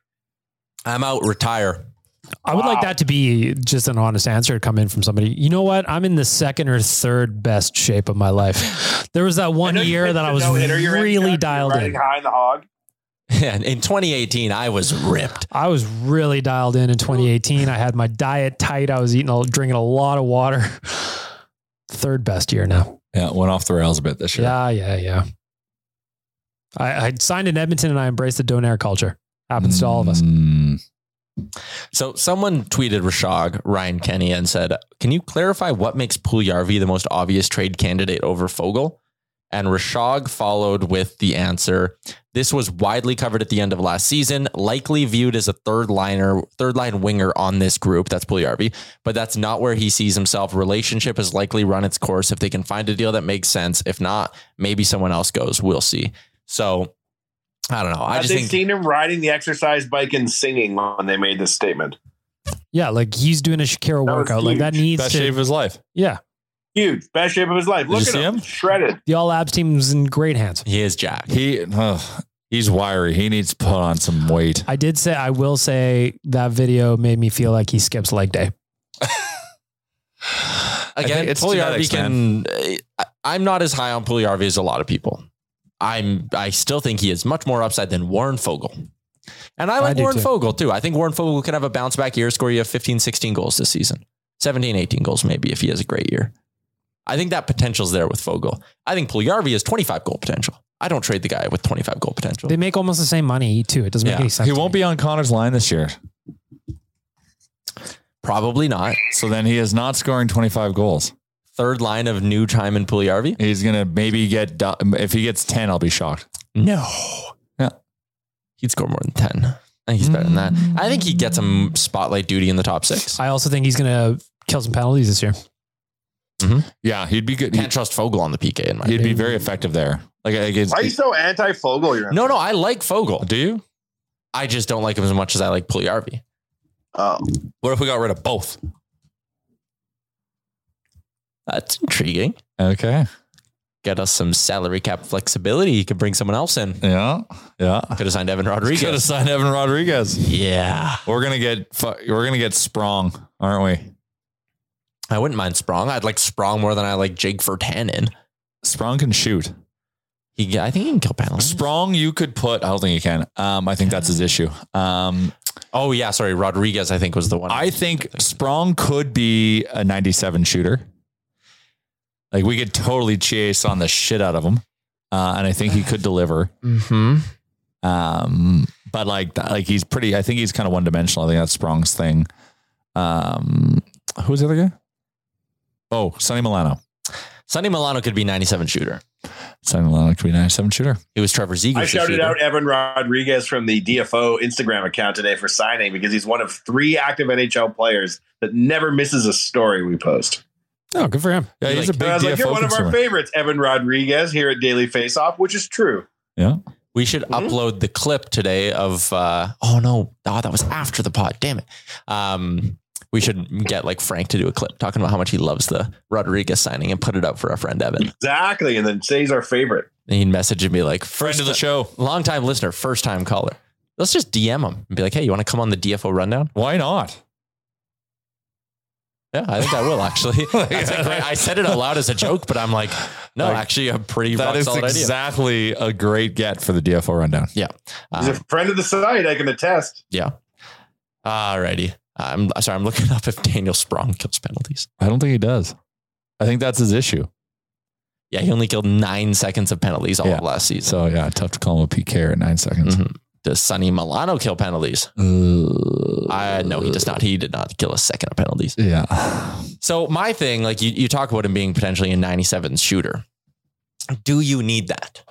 [SPEAKER 4] I'm out. Retire.
[SPEAKER 6] I would like that to be just an honest answer to come in from somebody. You know what? I'm in the second or third best shape of my life. There was that one year that I was really dialed
[SPEAKER 2] riding
[SPEAKER 6] in.
[SPEAKER 2] high in the hog.
[SPEAKER 4] Yeah, in 2018, I was ripped.
[SPEAKER 6] I was really dialed in in 2018. I had my diet tight. I was eating, a- drinking a lot of water. Third best year now.
[SPEAKER 5] Yeah, it went off the rails a bit this year.
[SPEAKER 6] Yeah, yeah, yeah. I, I signed in Edmonton and I embraced the donair culture. Happens to all of
[SPEAKER 2] Mm.
[SPEAKER 6] us.
[SPEAKER 4] So someone tweeted Rashog Ryan Kenny and said, "Can you clarify what makes Puljarvi the most obvious trade candidate over Fogel?" And Rashog followed with the answer, "This was widely covered at the end of last season, likely viewed as a third liner, third line winger on this group. That's Puljarvi, but that's not where he sees himself. Relationship has likely run its course. If they can find a deal that makes sense, if not, maybe someone else goes. We'll see." So. I don't know. I
[SPEAKER 2] Have
[SPEAKER 4] just
[SPEAKER 2] they
[SPEAKER 4] think
[SPEAKER 2] seen him riding the exercise bike and singing when they made this statement?
[SPEAKER 6] Yeah, like he's doing a Shakira
[SPEAKER 2] That was
[SPEAKER 6] workout. Like that
[SPEAKER 2] huge.
[SPEAKER 6] needs
[SPEAKER 5] Best
[SPEAKER 6] to.
[SPEAKER 5] shape of his life.
[SPEAKER 6] yeah,
[SPEAKER 2] Huge, best shape of his life.
[SPEAKER 5] Did you
[SPEAKER 2] Look at
[SPEAKER 5] see
[SPEAKER 2] him, shredded.
[SPEAKER 6] the All Abs team's in great hands.
[SPEAKER 4] He is Jack.
[SPEAKER 5] He ugh, he's wiry. He needs to put on some weight.
[SPEAKER 6] I did say I will say that video made me feel like he skips leg day.
[SPEAKER 4] again,
[SPEAKER 5] it's genetics,
[SPEAKER 4] Puliarvi can. uh, I- I'm not as high on Puliarvi as a lot of people. I'm. I still think he is much more upside than Warren Fogle. And I like
[SPEAKER 6] do
[SPEAKER 4] Warren
[SPEAKER 6] too.
[SPEAKER 4] Fogle too. I think Warren Fogle can have a bounce back year, score you 15, 16 goals this season, 17, 18 goals maybe if he has a great year. I think that potential's there with Fogle. I think Puliarvi has 25 goal potential. I don't trade the guy with 25 goal potential.
[SPEAKER 6] They make almost the same money too. It doesn't
[SPEAKER 4] Yeah.
[SPEAKER 6] make any sense.
[SPEAKER 5] He won't be on Connor's line this year.
[SPEAKER 4] Probably not.
[SPEAKER 5] So then he is not scoring 25 goals.
[SPEAKER 4] Third line of New Time and Puliarvi?
[SPEAKER 5] He's going to maybe get, do- if he gets 10, I'll be shocked.
[SPEAKER 4] No.
[SPEAKER 5] Yeah.
[SPEAKER 4] Mm. He'd score more than 10. I think he's better than that. I think he gets some spotlight duty in the top six.
[SPEAKER 6] I also think he's going to kill some penalties this year.
[SPEAKER 5] Yeah, he'd be good.
[SPEAKER 4] Can't trust Fogel on the PK in my
[SPEAKER 5] He'd be very effective there. Like, like it's,
[SPEAKER 2] Why are you so anti Fogel?
[SPEAKER 4] No, no, I like Fogel.
[SPEAKER 5] do you?
[SPEAKER 4] I just don't like him as much as I like Pugliarvi.
[SPEAKER 2] Oh,
[SPEAKER 4] What if we got rid of both? That's intriguing.
[SPEAKER 5] Okay.
[SPEAKER 4] Get us some salary cap flexibility. You could bring someone else in.
[SPEAKER 5] Yeah. Yeah.
[SPEAKER 4] Could have signed Evan
[SPEAKER 5] We could have
[SPEAKER 4] Rodriguez.
[SPEAKER 5] signed Evan Rodriguez.
[SPEAKER 4] Yeah.
[SPEAKER 5] We're gonna get fu- we're gonna get Sprong, aren't we?
[SPEAKER 4] I wouldn't mind Sprong. I'd like Sprong more than I like Jake Vertanen.
[SPEAKER 5] Sprong can shoot.
[SPEAKER 4] He, I think he can kill penalties.
[SPEAKER 5] Sprong, you could put. I don't think you can. Um, I think that's his issue. Um,
[SPEAKER 4] Oh yeah, sorry. Rodriguez, I think was the one.
[SPEAKER 5] I think Sprong could be a 97 shooter. Like we could totally chase on the shit out of him, uh, and I think he could deliver.
[SPEAKER 4] Mm-hmm.
[SPEAKER 5] Um, but like th- like he's pretty. I think he's kind of one dimensional. I think that's Sprong's thing. Um, who's the other guy? Oh, Sonny Milano.
[SPEAKER 4] Sonny Milano could be 97 shooter.
[SPEAKER 5] Sonny Milano could be a 97 shooter.
[SPEAKER 4] He was Trevor Zegers.
[SPEAKER 2] I shouted
[SPEAKER 4] shooter.
[SPEAKER 2] out Evan Rodriguez from the DFO Instagram account today for signing because he's one of three active NHL players that never misses a story we post.
[SPEAKER 6] Oh, good for him.
[SPEAKER 5] Yeah,
[SPEAKER 4] He
[SPEAKER 5] he's
[SPEAKER 4] like-
[SPEAKER 5] a
[SPEAKER 2] And
[SPEAKER 5] big
[SPEAKER 2] I was like,
[SPEAKER 5] DFO
[SPEAKER 2] you're one of
[SPEAKER 5] consumer.
[SPEAKER 2] our favorites, Evan Rodriguez, here at Daily Faceoff, which is true.
[SPEAKER 5] yeah.
[SPEAKER 4] We should
[SPEAKER 5] Mm-hmm.
[SPEAKER 4] upload the clip today of. Uh, oh no! Oh, that was after the pod. Damn it. Um, we should get like Frank to do a clip talking about how much he loves the Rodriguez signing and put it up for our friend Evan.
[SPEAKER 2] Exactly. And then say he's our favorite.
[SPEAKER 4] And he'd message and be like, first
[SPEAKER 5] Friend of the show.
[SPEAKER 4] long time listener, first time caller." Let's just DM him and be like, "Hey, you want to come on the DFO rundown?"
[SPEAKER 5] Why not?
[SPEAKER 4] Yeah, I think I will actually. That's a great- I said it out loud as a joke, but I'm like, no,
[SPEAKER 5] Like,
[SPEAKER 4] actually, a pretty
[SPEAKER 5] that
[SPEAKER 4] rock
[SPEAKER 5] is
[SPEAKER 4] solid idea.
[SPEAKER 5] exactly a great get for the DFO rundown.
[SPEAKER 4] Yeah.
[SPEAKER 2] He's
[SPEAKER 4] Um,
[SPEAKER 2] a friend of the site. I can attest.
[SPEAKER 4] yeah. Alrighty. I'm sorry, I'm looking up if Daniel Sprong kills penalties.
[SPEAKER 5] I don't think he does. I think that's his issue.
[SPEAKER 4] Yeah, he only killed nine seconds of penalties all
[SPEAKER 5] Yeah.
[SPEAKER 4] of last season.
[SPEAKER 5] So yeah, tough to call him a PK at nine seconds.
[SPEAKER 4] Does Sonny Milano kill penalties?
[SPEAKER 5] Uh,
[SPEAKER 4] I no, he does not. He did not kill a second of penalties.
[SPEAKER 5] Mm-hmm. Yeah.
[SPEAKER 4] So my thing, like you, you talk about him being potentially a 97 shooter. Do you need that?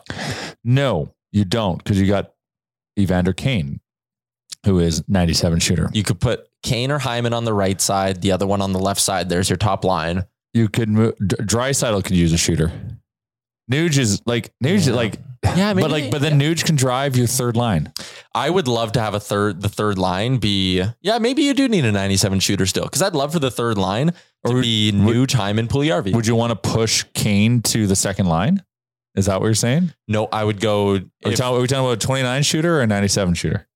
[SPEAKER 5] No, you don't, because you got Evander Kane, who is 97 shooter.
[SPEAKER 4] You could put Kane or Hyman on the right side, the other one on the left side. There's your top line.
[SPEAKER 5] You could move. Drysaddle could use a shooter. Nuge is like Nuge, is like yeah,
[SPEAKER 4] maybe-
[SPEAKER 5] but like but then Nuge can drive your third line.
[SPEAKER 4] I would love to have a third, the third line be, yeah, maybe you do need a 97 shooter still. Cause I'd love for the third line to be new Hyman, Pugliarvi.
[SPEAKER 5] Would you want to push Kane to the second line? Is that what you're saying?
[SPEAKER 4] No, I would go.
[SPEAKER 5] Are we,
[SPEAKER 4] if-
[SPEAKER 5] talking, are we talking about a 29 shooter or a 97 shooter?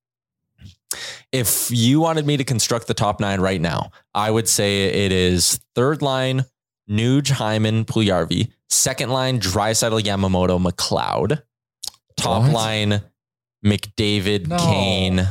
[SPEAKER 4] if you wanted me to construct the top nine right now, I would say it is third line, Nuge, Hyman, Puljarvi. Second line, Drysaddle, Yamamoto, McLeod. Top
[SPEAKER 5] What?
[SPEAKER 4] line, McDavid,
[SPEAKER 5] No.
[SPEAKER 4] Kane.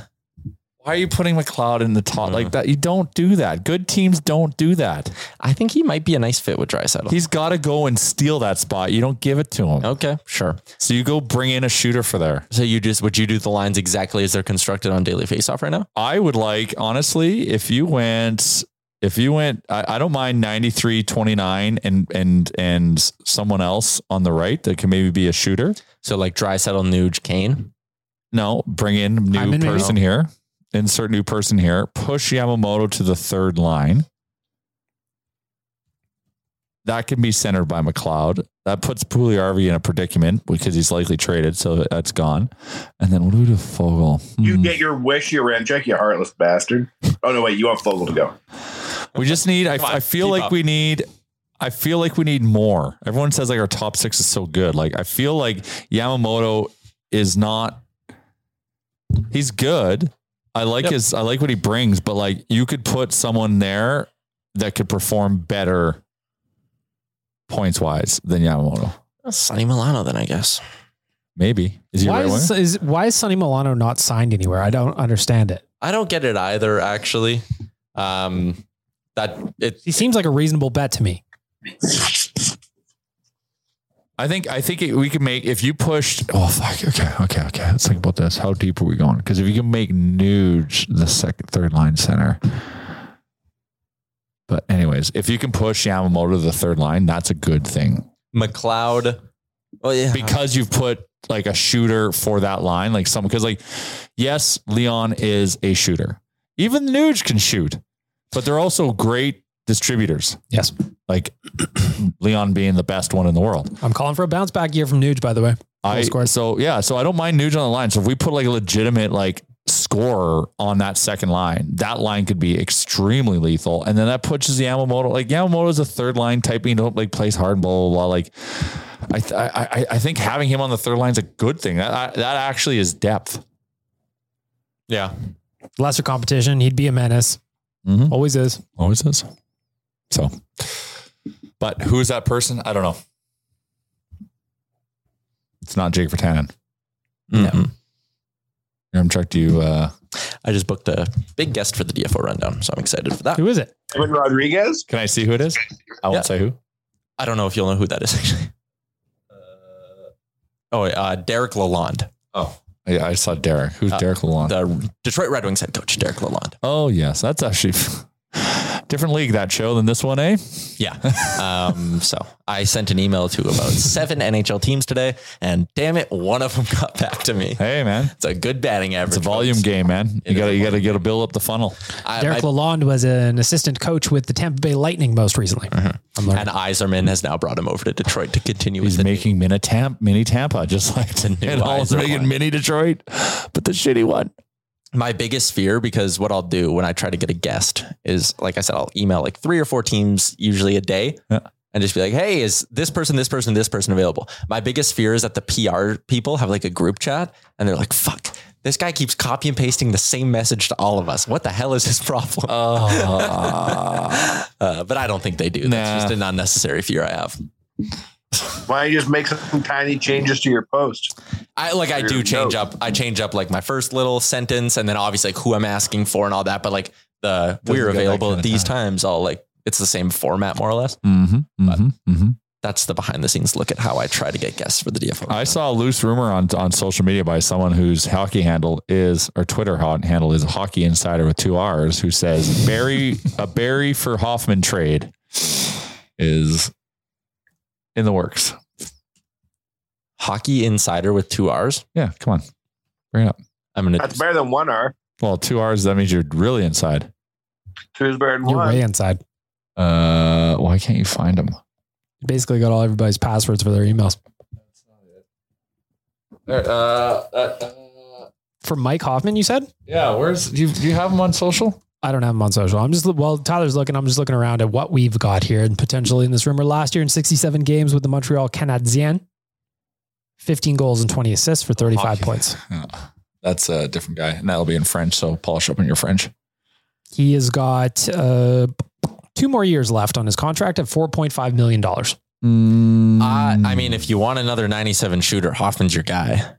[SPEAKER 5] Why are you putting McLeod in the top like that? You don't do that. Good teams don't do that.
[SPEAKER 4] I think he might be a nice fit with Drysaddle.
[SPEAKER 5] He's got to go and steal that spot. You don't give it to him.
[SPEAKER 4] Okay, sure.
[SPEAKER 5] So you go bring in a shooter for there.
[SPEAKER 4] So you just would you do the lines exactly as they're constructed on Daily Faceoff right now?
[SPEAKER 5] I would like, honestly, if you went, if you went, I, I don't mind 93, 29 and, and, and someone else on the right that can maybe be a shooter.
[SPEAKER 4] So like Drysaddle, Nuge, Kane.
[SPEAKER 5] No, bring in
[SPEAKER 6] I'm
[SPEAKER 5] new
[SPEAKER 6] in maybe.
[SPEAKER 5] person here. Insert new person here. Push Yamamoto to the third line. That can be centered by McLeod. That puts Pugliarvi in a predicament because he's likely traded, so that's gone. And then what do we do with Fogel?
[SPEAKER 2] You get your wish, you Ramchek, you heartless bastard. Oh no, wait, you want Fogel to go?
[SPEAKER 5] We just need. I,
[SPEAKER 2] Come on,
[SPEAKER 5] I feel
[SPEAKER 2] keep
[SPEAKER 5] like
[SPEAKER 2] up.
[SPEAKER 5] we need. I feel like we need more. Everyone says like our top six is so good. Like I feel like Yamamoto is not. He's good. I like
[SPEAKER 4] Yep.
[SPEAKER 5] his. I like what he brings, but like you could put someone there that could perform better points wise than Yamamoto.
[SPEAKER 4] Sonny Milano, then I guess.
[SPEAKER 5] Maybe is he a
[SPEAKER 6] why
[SPEAKER 5] right
[SPEAKER 6] is,
[SPEAKER 5] winger?
[SPEAKER 6] is why is Sonny Milano not signed anywhere? I don't understand it.
[SPEAKER 4] I don't get it either, actually. Um that it
[SPEAKER 6] He seems like a reasonable bet to me.
[SPEAKER 5] I think I think it, we can make if you pushed. Oh fuck. Okay. Okay. Okay. Let's think about this. How deep are we going? Because if you can make Nuge the second, third line center. But anyways, if you can push Yamamoto to the third line, that's a good thing
[SPEAKER 4] McLeod. Oh yeah.
[SPEAKER 5] because you've put like a shooter for that line, like someone. Because like, yes, Leon is a shooter. Even Nuge can shoot, but they're also great distributors.
[SPEAKER 6] Yes,
[SPEAKER 5] Like Leon being the best one in the world.
[SPEAKER 6] I'm calling for a bounce back year from Nuge. By the way,
[SPEAKER 5] I, so yeah, so I don't mind Nuge on the line. So if we put like a legitimate like scorer on that second line, that line could be extremely lethal. And then that pushes Yamamoto like Yamamoto is a third line type. You don't like plays hard, blah blah blah. Like I th- I I- I think having him on the third line is a good thing. That I, that actually is depth.
[SPEAKER 4] Yeah.
[SPEAKER 6] lesser competition, he'd be a menace.
[SPEAKER 5] Mhm.
[SPEAKER 6] Always is.
[SPEAKER 5] Always is. So, but who is that person? I don't know. It's not Jake Vertanen.
[SPEAKER 4] Mm-mm.
[SPEAKER 5] I'm trying to. you, Uh,
[SPEAKER 4] I just booked a big guest for the DFO rundown, so I'm excited for that.
[SPEAKER 6] Who is it?
[SPEAKER 2] Evan Rodriguez?
[SPEAKER 5] Can I see who it is? I won't
[SPEAKER 4] Yeah.
[SPEAKER 5] say who.
[SPEAKER 4] I don't know if you'll know who that is actually. Oh, uh, Derek Lalonde,
[SPEAKER 5] Oh, yeah, I saw Derek. Who's
[SPEAKER 4] Uh,
[SPEAKER 5] Derek Lalonde?
[SPEAKER 4] the Detroit Red Wings head coach, Derek Lalonde.
[SPEAKER 5] oh, yes, that's actually different league that show than this one, eh?
[SPEAKER 4] Yeah. Um, so I sent an email to about seven NHL teams today, and damn it, one of them got back to me.
[SPEAKER 5] Hey, man,
[SPEAKER 4] It's a good batting average.
[SPEAKER 5] it's a volume
[SPEAKER 4] folks.
[SPEAKER 5] game, man. You
[SPEAKER 4] It is
[SPEAKER 5] got to
[SPEAKER 4] a
[SPEAKER 5] you got to get to build up the funnel.
[SPEAKER 4] I,
[SPEAKER 6] Derek
[SPEAKER 4] I-
[SPEAKER 6] Lalonde was an assistant coach with the Tampa Bay Lightning most recently. I'm learning.
[SPEAKER 4] and Iserman has now brought him over to Detroit to continue
[SPEAKER 5] He's
[SPEAKER 4] with the
[SPEAKER 5] making mini Tampa, mini Tampa, just like the
[SPEAKER 4] new
[SPEAKER 5] and also
[SPEAKER 4] Iser
[SPEAKER 5] making
[SPEAKER 4] one.
[SPEAKER 5] mini Detroit, but the shitty one.
[SPEAKER 4] my biggest fear because what I'll do when I try to get a guest is like I said, I'll email like three or four teams usually a day
[SPEAKER 5] Yeah.
[SPEAKER 4] and just be like, Hey, is this person, this person, this person available? My biggest fear is that the PR people have like a group chat and they're like, fuck, this guy keeps copy and pasting the same message to all of us. What the hell is his problem? Uh, but I don't think they do.
[SPEAKER 5] Oh. Nah.
[SPEAKER 4] That's just an unnecessary fear I have.
[SPEAKER 2] Why don't you just make some tiny changes to your post?
[SPEAKER 4] I like I
[SPEAKER 2] Your
[SPEAKER 4] do change
[SPEAKER 2] note.
[SPEAKER 4] up. I change up like my first little sentence, and then obviously like who I'm asking for and all that. But like the we're
[SPEAKER 5] go back
[SPEAKER 4] available
[SPEAKER 5] to
[SPEAKER 4] at
[SPEAKER 5] the
[SPEAKER 4] these times. All like it's the same format more or less.
[SPEAKER 5] Mm-hmm. Mm-hmm. Mm-hmm.
[SPEAKER 4] That's the behind the scenes look at how I try to get guests for the DFO.
[SPEAKER 5] I saw a loose rumor on, on social media by someone whose hockey handle is or Twitter ho- handle is hockey insider with two R's who says Barry a Barry for Hoffman trade is in the works.
[SPEAKER 4] Hockey Insider with two R's.
[SPEAKER 5] Yeah, come on. Bring it up.
[SPEAKER 4] I'm gonna
[SPEAKER 2] That's better than one R.
[SPEAKER 5] Well, two R's, that means you're really inside.
[SPEAKER 2] Two's better than
[SPEAKER 6] You're
[SPEAKER 2] one.
[SPEAKER 6] way inside.
[SPEAKER 5] Uh why can't you find them?
[SPEAKER 6] Basically, got all everybody's passwords for their emails.
[SPEAKER 5] Uh,
[SPEAKER 6] For Mike Hoffman, you said?
[SPEAKER 5] yeah, where's do you, do you have them on social?
[SPEAKER 6] I don't have them on social. I'm just while Tyler's looking, I'm just looking around at what we've got here and potentially in this rumor. Last year in 67 games with the Montreal Canadiens, 15 goals and 20 assists for 35 points.
[SPEAKER 5] That's a different guy, and that'll be in French. So polish up on your French.
[SPEAKER 6] He has got uh, two more years left on his contract at 4.5 million dollars.
[SPEAKER 4] Uh, I
[SPEAKER 5] Mm.
[SPEAKER 4] mean, if you want another 97 shooter, Hoffman's your guy.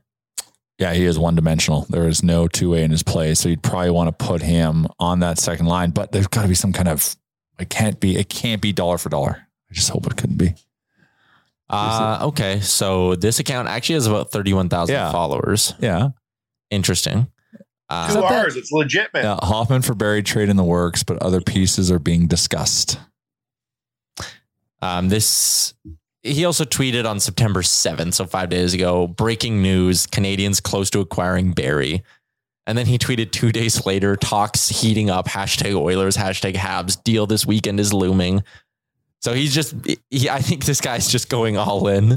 [SPEAKER 5] Yeah, he is one dimensional. There is no two way in his play. So you'd probably want to put him on that second line, but there's got to be some kind of, it can't be, it can't be dollar for dollar. I just hope it couldn't be.
[SPEAKER 4] Uh, okay, so this account actually has about 31,000
[SPEAKER 5] Yeah.
[SPEAKER 4] followers.
[SPEAKER 5] Yeah.
[SPEAKER 4] Interesting. Uh,
[SPEAKER 2] Two R's. It's legit, man.
[SPEAKER 5] Yeah, Hoffman for Barry trade in the works, but other pieces are being discussed.
[SPEAKER 4] Um, this he also tweeted on September 7th, so five days ago, breaking news, Canadians close to acquiring Barry. And then he tweeted two days later, talks heating up, hashtag Oilers, hashtag Habs, deal this weekend is looming. So he's just, he, I think this guy's just going all in.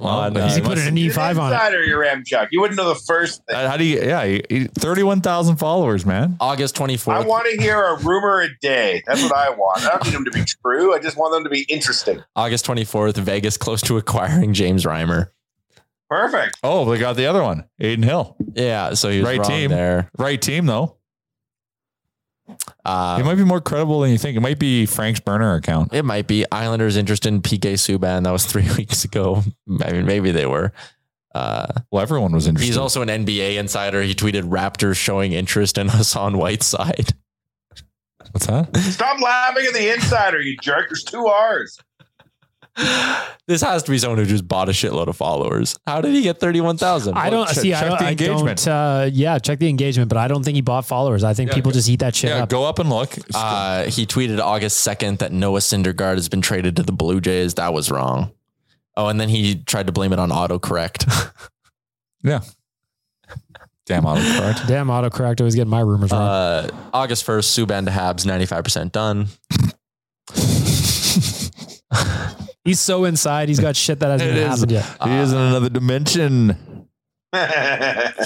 [SPEAKER 4] on,
[SPEAKER 5] he's
[SPEAKER 4] uh,
[SPEAKER 6] put an
[SPEAKER 2] You're
[SPEAKER 6] E5 on it.
[SPEAKER 2] insider, you're Ramchuck. You wouldn't know the first thing.
[SPEAKER 5] Uh, How do you, yeah, he- he- 31,000 followers, man.
[SPEAKER 4] August
[SPEAKER 2] I
[SPEAKER 4] 24th.
[SPEAKER 2] want to hear a rumor a day. That's what I want. I don't need them to be true. I just want them to be interesting.
[SPEAKER 4] August 24th, Vegas close to acquiring James Reimer.
[SPEAKER 2] Perfect.
[SPEAKER 5] Oh, they got the other one, Aiden Hill.
[SPEAKER 4] Yeah, so he was
[SPEAKER 5] Right
[SPEAKER 4] wrong
[SPEAKER 5] team.
[SPEAKER 4] there.
[SPEAKER 5] Right team, though.
[SPEAKER 4] Uh,
[SPEAKER 5] It might be more credible than you think. It might be Frank's burner account.
[SPEAKER 4] It might be Islanders interest in PK Subban. That was three weeks ago. I mean, maybe they were. Uh,
[SPEAKER 5] Well, everyone was interested.
[SPEAKER 4] he's also an NBA insider. He tweeted Raptors showing interest in Hassan Whiteside.
[SPEAKER 5] What's that?
[SPEAKER 2] Stop laughing at the insider, you jerk. There's two R's.
[SPEAKER 4] This has to be someone who just bought a shitload of followers. How did he get thirty-one thousand?
[SPEAKER 6] I don't
[SPEAKER 5] check-
[SPEAKER 6] see. I
[SPEAKER 5] check
[SPEAKER 6] don't.
[SPEAKER 5] the
[SPEAKER 6] I
[SPEAKER 5] engagement.
[SPEAKER 6] don't uh, yeah, check the engagement, but I don't think he bought followers. I think
[SPEAKER 5] Yeah,
[SPEAKER 6] people just eat that shit
[SPEAKER 5] Yeah,
[SPEAKER 6] up.
[SPEAKER 5] go up and look.
[SPEAKER 4] Uh, he tweeted August second that Noah Syndergaard has been traded to the Blue Jays. That was wrong. Oh, and then he tried to blame it on autocorrect.
[SPEAKER 5] yeah. Damn autocorrect.
[SPEAKER 6] Damn, autocorrect always getting my rumors wrong.
[SPEAKER 4] Uh, August first, Subban to Habs, ninety-five percent done.
[SPEAKER 6] He's so inside. He's got shit that hasn't
[SPEAKER 5] It
[SPEAKER 6] even
[SPEAKER 5] is. Uh,
[SPEAKER 6] happened yet.
[SPEAKER 5] He is in another dimension.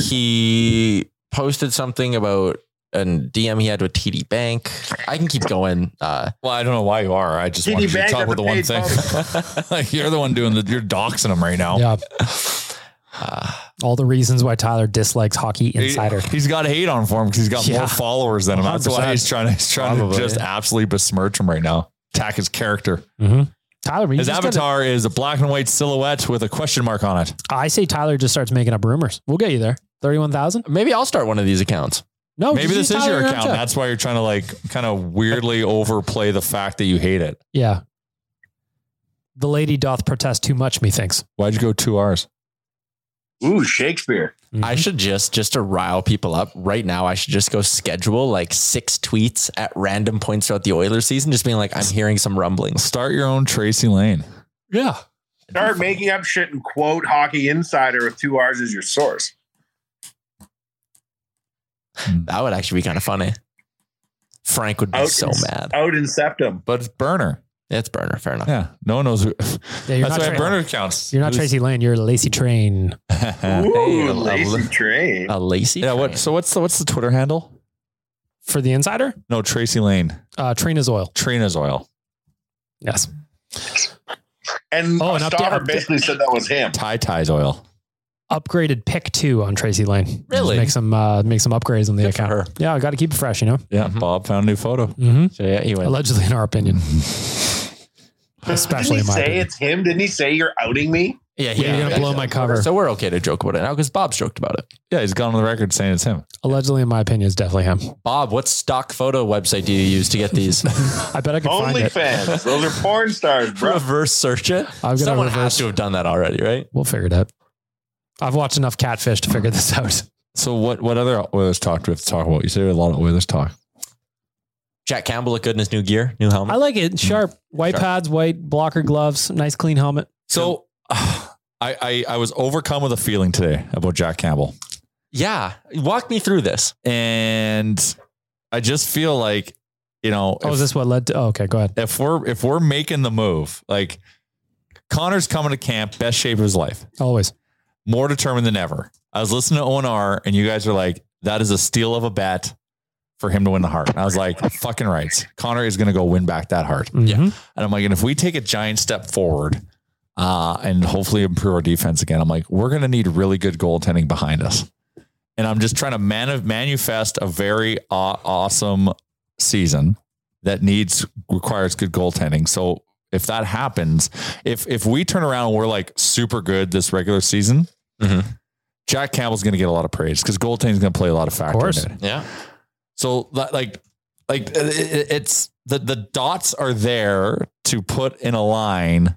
[SPEAKER 4] he posted something about a DM he had with TD Bank. I can keep going. Uh,
[SPEAKER 5] Well, I don't know why you are. I just
[SPEAKER 2] TD
[SPEAKER 5] wanted you to
[SPEAKER 2] Bank
[SPEAKER 5] talk
[SPEAKER 2] has
[SPEAKER 5] with the
[SPEAKER 2] a
[SPEAKER 5] one
[SPEAKER 2] paid
[SPEAKER 5] thing. Like, you're the one doing the. You're doxing him right now.
[SPEAKER 6] Yeah,
[SPEAKER 4] uh,
[SPEAKER 6] all the reasons why Tyler dislikes hockey
[SPEAKER 5] He,
[SPEAKER 6] insider.
[SPEAKER 5] has got hate on for him because he's got
[SPEAKER 6] Yeah.
[SPEAKER 5] more followers than him. That's why
[SPEAKER 6] 100%.
[SPEAKER 5] he's trying to. He's trying
[SPEAKER 4] Probably.
[SPEAKER 5] to just absolutely besmirch him right now. Attack his character.
[SPEAKER 6] Mhm. Tyler, were you
[SPEAKER 5] His
[SPEAKER 6] just gonna-
[SPEAKER 5] avatar is a black and white silhouette with a question mark on it.
[SPEAKER 6] I say Tyler just starts making up rumors. We'll get you there. Thirty-one thousand.
[SPEAKER 4] maybe I'll start one of these accounts.
[SPEAKER 6] No,
[SPEAKER 5] Maybe
[SPEAKER 6] just
[SPEAKER 5] this
[SPEAKER 6] use
[SPEAKER 5] is
[SPEAKER 6] Tyler
[SPEAKER 5] your
[SPEAKER 6] and
[SPEAKER 5] account.
[SPEAKER 6] Ramchak.
[SPEAKER 5] That's why you're trying to like kind of weirdly overplay the fact that you hate it.
[SPEAKER 6] Yeah. The lady doth protest too much, methinks.
[SPEAKER 5] Why'd you go two R's?
[SPEAKER 2] Ooh, Shakespeare.
[SPEAKER 6] Mm-hmm.
[SPEAKER 4] I should just just to rile people up right now. I should just go schedule like six tweets at random points throughout the Oilers season, just being like, I'm hearing some rumblings.
[SPEAKER 5] Start your own Tracy Lane.
[SPEAKER 6] Yeah.
[SPEAKER 2] Start making up shit and quote Hockey Insider with two R's as your source.
[SPEAKER 4] That would actually be kind of funny. Frank would be so
[SPEAKER 2] in-
[SPEAKER 4] mad.
[SPEAKER 2] Out in septum.
[SPEAKER 5] But it's burner.
[SPEAKER 4] It's burner. Fair enough.
[SPEAKER 5] Yeah. No one knows. Who,
[SPEAKER 6] Yeah, you're not
[SPEAKER 5] that's why
[SPEAKER 6] Tra-
[SPEAKER 5] burner counts.
[SPEAKER 6] You're not Tracy Lane. You're Lacey Train.
[SPEAKER 2] Ooh,
[SPEAKER 4] Hey, a- a-
[SPEAKER 2] lazy train.
[SPEAKER 4] A Lacey.
[SPEAKER 5] yeah.
[SPEAKER 4] train.
[SPEAKER 5] What? So what's the what's the Twitter handle?
[SPEAKER 6] For the insider,
[SPEAKER 5] No, Tracy Lane.
[SPEAKER 6] uh, Train is oil.
[SPEAKER 5] Trina's oil.
[SPEAKER 6] Yes.
[SPEAKER 2] And
[SPEAKER 6] Oh,
[SPEAKER 2] oh,
[SPEAKER 6] an update- update.
[SPEAKER 2] basically said that was him.
[SPEAKER 5] Tie ties oil.
[SPEAKER 6] Upgraded pick two on Tracy Lane.
[SPEAKER 4] Really?
[SPEAKER 6] Make some uh, make some upgrades on the
[SPEAKER 4] Good for
[SPEAKER 6] account.
[SPEAKER 4] her.
[SPEAKER 6] Yeah, I got to keep it fresh, you know.
[SPEAKER 5] Yeah. Bob found a new photo.
[SPEAKER 6] Mm-hmm.
[SPEAKER 4] So yeah, he went.
[SPEAKER 6] Allegedly, in our opinion,
[SPEAKER 2] Didn't
[SPEAKER 6] especially
[SPEAKER 2] he
[SPEAKER 6] in my
[SPEAKER 2] say
[SPEAKER 6] opinion.
[SPEAKER 2] it's him? Didn't he say you're outing me?
[SPEAKER 4] Yeah,
[SPEAKER 6] You're gonna blow my cover.
[SPEAKER 4] So we're okay to joke about it now because Bob's joked about it.
[SPEAKER 5] Yeah, he's gone on the record saying it's him.
[SPEAKER 6] Allegedly, in my opinion, it's definitely him.
[SPEAKER 4] Bob, what stock photo website do you use to get these?
[SPEAKER 6] I bet I could find it.
[SPEAKER 2] OnlyFans. Those are porn stars, bro.
[SPEAKER 4] reverse search it.
[SPEAKER 6] gonna
[SPEAKER 4] Someone
[SPEAKER 6] reverse-
[SPEAKER 4] has to have done that already, right?
[SPEAKER 6] We'll figure it out. I've watched enough catfish to figure this out.
[SPEAKER 4] Mm-hmm.
[SPEAKER 5] So what? What other Oilers talk do we have to talk about? You said a lot of Oilers talk.
[SPEAKER 4] Jack Campbell looked good in his new gear, new helmet.
[SPEAKER 6] I like it. Sharp white
[SPEAKER 4] Sharp.
[SPEAKER 6] pads, white blocker gloves, nice clean helmet.
[SPEAKER 5] So I, I I was overcome with a feeling today about Jack Campbell,
[SPEAKER 4] yeah, walk me through this.
[SPEAKER 5] and I just feel like you know
[SPEAKER 6] Oh,
[SPEAKER 5] if-
[SPEAKER 6] is this what led to? Oh, okay, go ahead.
[SPEAKER 5] if we're if we're making the move, like Connor's coming to camp, best shape of his life,
[SPEAKER 6] Always.
[SPEAKER 5] more determined than ever. I was listening to ONR, and you guys were like, "That is a steal of a bet for him to win the heart." And I was like, "Fucking right, Connor is going to go win back that heart."
[SPEAKER 6] Yeah.
[SPEAKER 5] And I'm like, and if we take a giant step forward uh, and hopefully improve our defense again, I'm like, we're going to need really good goaltending behind us. And I'm just trying to man- manifest a very aw- awesome season that needs requires good goaltending. So if that happens, if if we turn around and we're like super good this regular season, Jack Campbell's going to get a lot of praise because goaltending's going to play a lot of factor. in
[SPEAKER 6] course.
[SPEAKER 5] it.
[SPEAKER 4] Yeah,
[SPEAKER 5] So li- like like i- i- it's the the dots are there to put in a line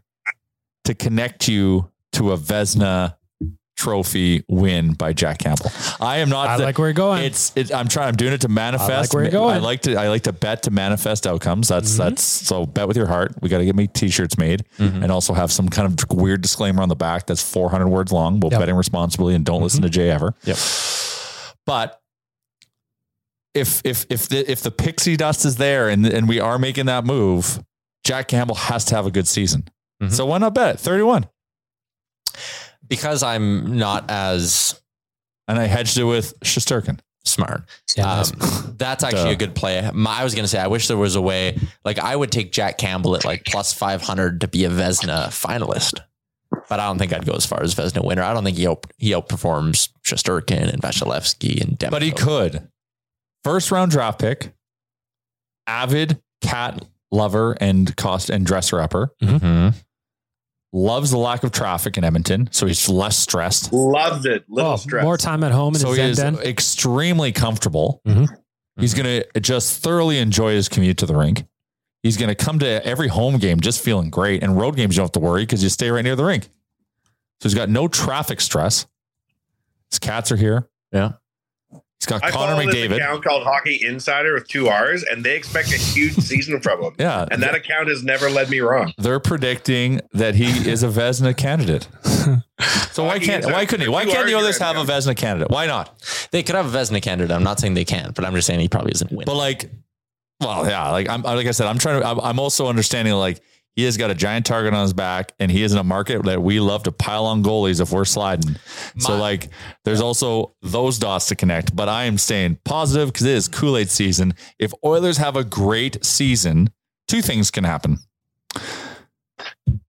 [SPEAKER 5] to connect you to a Vesna trophy win by Jack Campbell. I am not
[SPEAKER 6] I
[SPEAKER 5] the-
[SPEAKER 6] like where you're going.
[SPEAKER 5] it's it, I'm trying I'm doing it to manifest.
[SPEAKER 6] where you're going. Mm-hmm.
[SPEAKER 5] I like to I like to bet to manifest outcomes. That's that's so bet with your heart. We got to get me t-shirts made and also have some kind of weird disclaimer on the back that's 400 words long. We'll
[SPEAKER 6] Yep. Mm-hmm.
[SPEAKER 5] betting responsibly and don't listen to Jay ever.
[SPEAKER 4] Yep.
[SPEAKER 5] But if if if the if the pixie dust is there and and we are making that move, Jack Campbell has to have a good season. So why not bet it? 31?
[SPEAKER 4] because I'm not as
[SPEAKER 5] And I hedged it with Shusterkin.
[SPEAKER 4] smart.
[SPEAKER 6] Yeah,
[SPEAKER 4] Um,
[SPEAKER 6] nice.
[SPEAKER 4] that's actually
[SPEAKER 5] Duh.
[SPEAKER 4] a good play. My, I was going to say, I wish there was a way, like, I would take Jack Campbell at like plus 500 to be a Vesna finalist, but I don't think I'd go as far as Vesna winner. I don't think he out, he outperforms Shusterkin and Vasilevsky and Demko.
[SPEAKER 5] But he could. First round draft pick, avid cat lover and cost and dresser upper.
[SPEAKER 4] Mhm.
[SPEAKER 5] Loves the lack of traffic in Edmonton, so he's less stressed.
[SPEAKER 2] Loved it. Little
[SPEAKER 6] Oh,
[SPEAKER 2] stress.
[SPEAKER 6] more time at home in
[SPEAKER 5] so
[SPEAKER 6] his
[SPEAKER 5] he
[SPEAKER 6] Zen
[SPEAKER 5] is
[SPEAKER 6] den.
[SPEAKER 5] extremely comfortable.
[SPEAKER 6] Mhm.
[SPEAKER 5] He's going to just thoroughly enjoy his commute to the rink. He's going to come to every home game just feeling great, and road games you don't have to worry because you stay right near the rink. So he's got no traffic stress. His cats are here.
[SPEAKER 4] Yeah.
[SPEAKER 5] He's got
[SPEAKER 2] I
[SPEAKER 5] Connor
[SPEAKER 2] follow this
[SPEAKER 5] McDavid.
[SPEAKER 2] account called Hockey Insider with two R's, and they expect a huge season from him.
[SPEAKER 5] Yeah,
[SPEAKER 2] And that account has never led me wrong.
[SPEAKER 5] they're predicting that he is a Vesna candidate. so why
[SPEAKER 2] Hockey
[SPEAKER 5] can't
[SPEAKER 2] Insider.
[SPEAKER 5] why couldn't he? Why
[SPEAKER 2] You
[SPEAKER 5] can't the
[SPEAKER 2] are
[SPEAKER 5] others
[SPEAKER 2] your
[SPEAKER 5] have a Vesna candidate? Why not?
[SPEAKER 4] They could have a Vesna candidate. I'm not saying they can, but I'm just saying he probably isn't winning.
[SPEAKER 5] But like, well, yeah, like I'm like I said, I'm trying to. I'm, I'm also understanding like he has got a giant target on his back, and he is in a market that we love to pile on goalies if we're sliding. so
[SPEAKER 4] My-
[SPEAKER 5] like, there's also those dots to connect. But I am staying positive because it is Kool Aid season. If Oilers have a great season, two things can happen.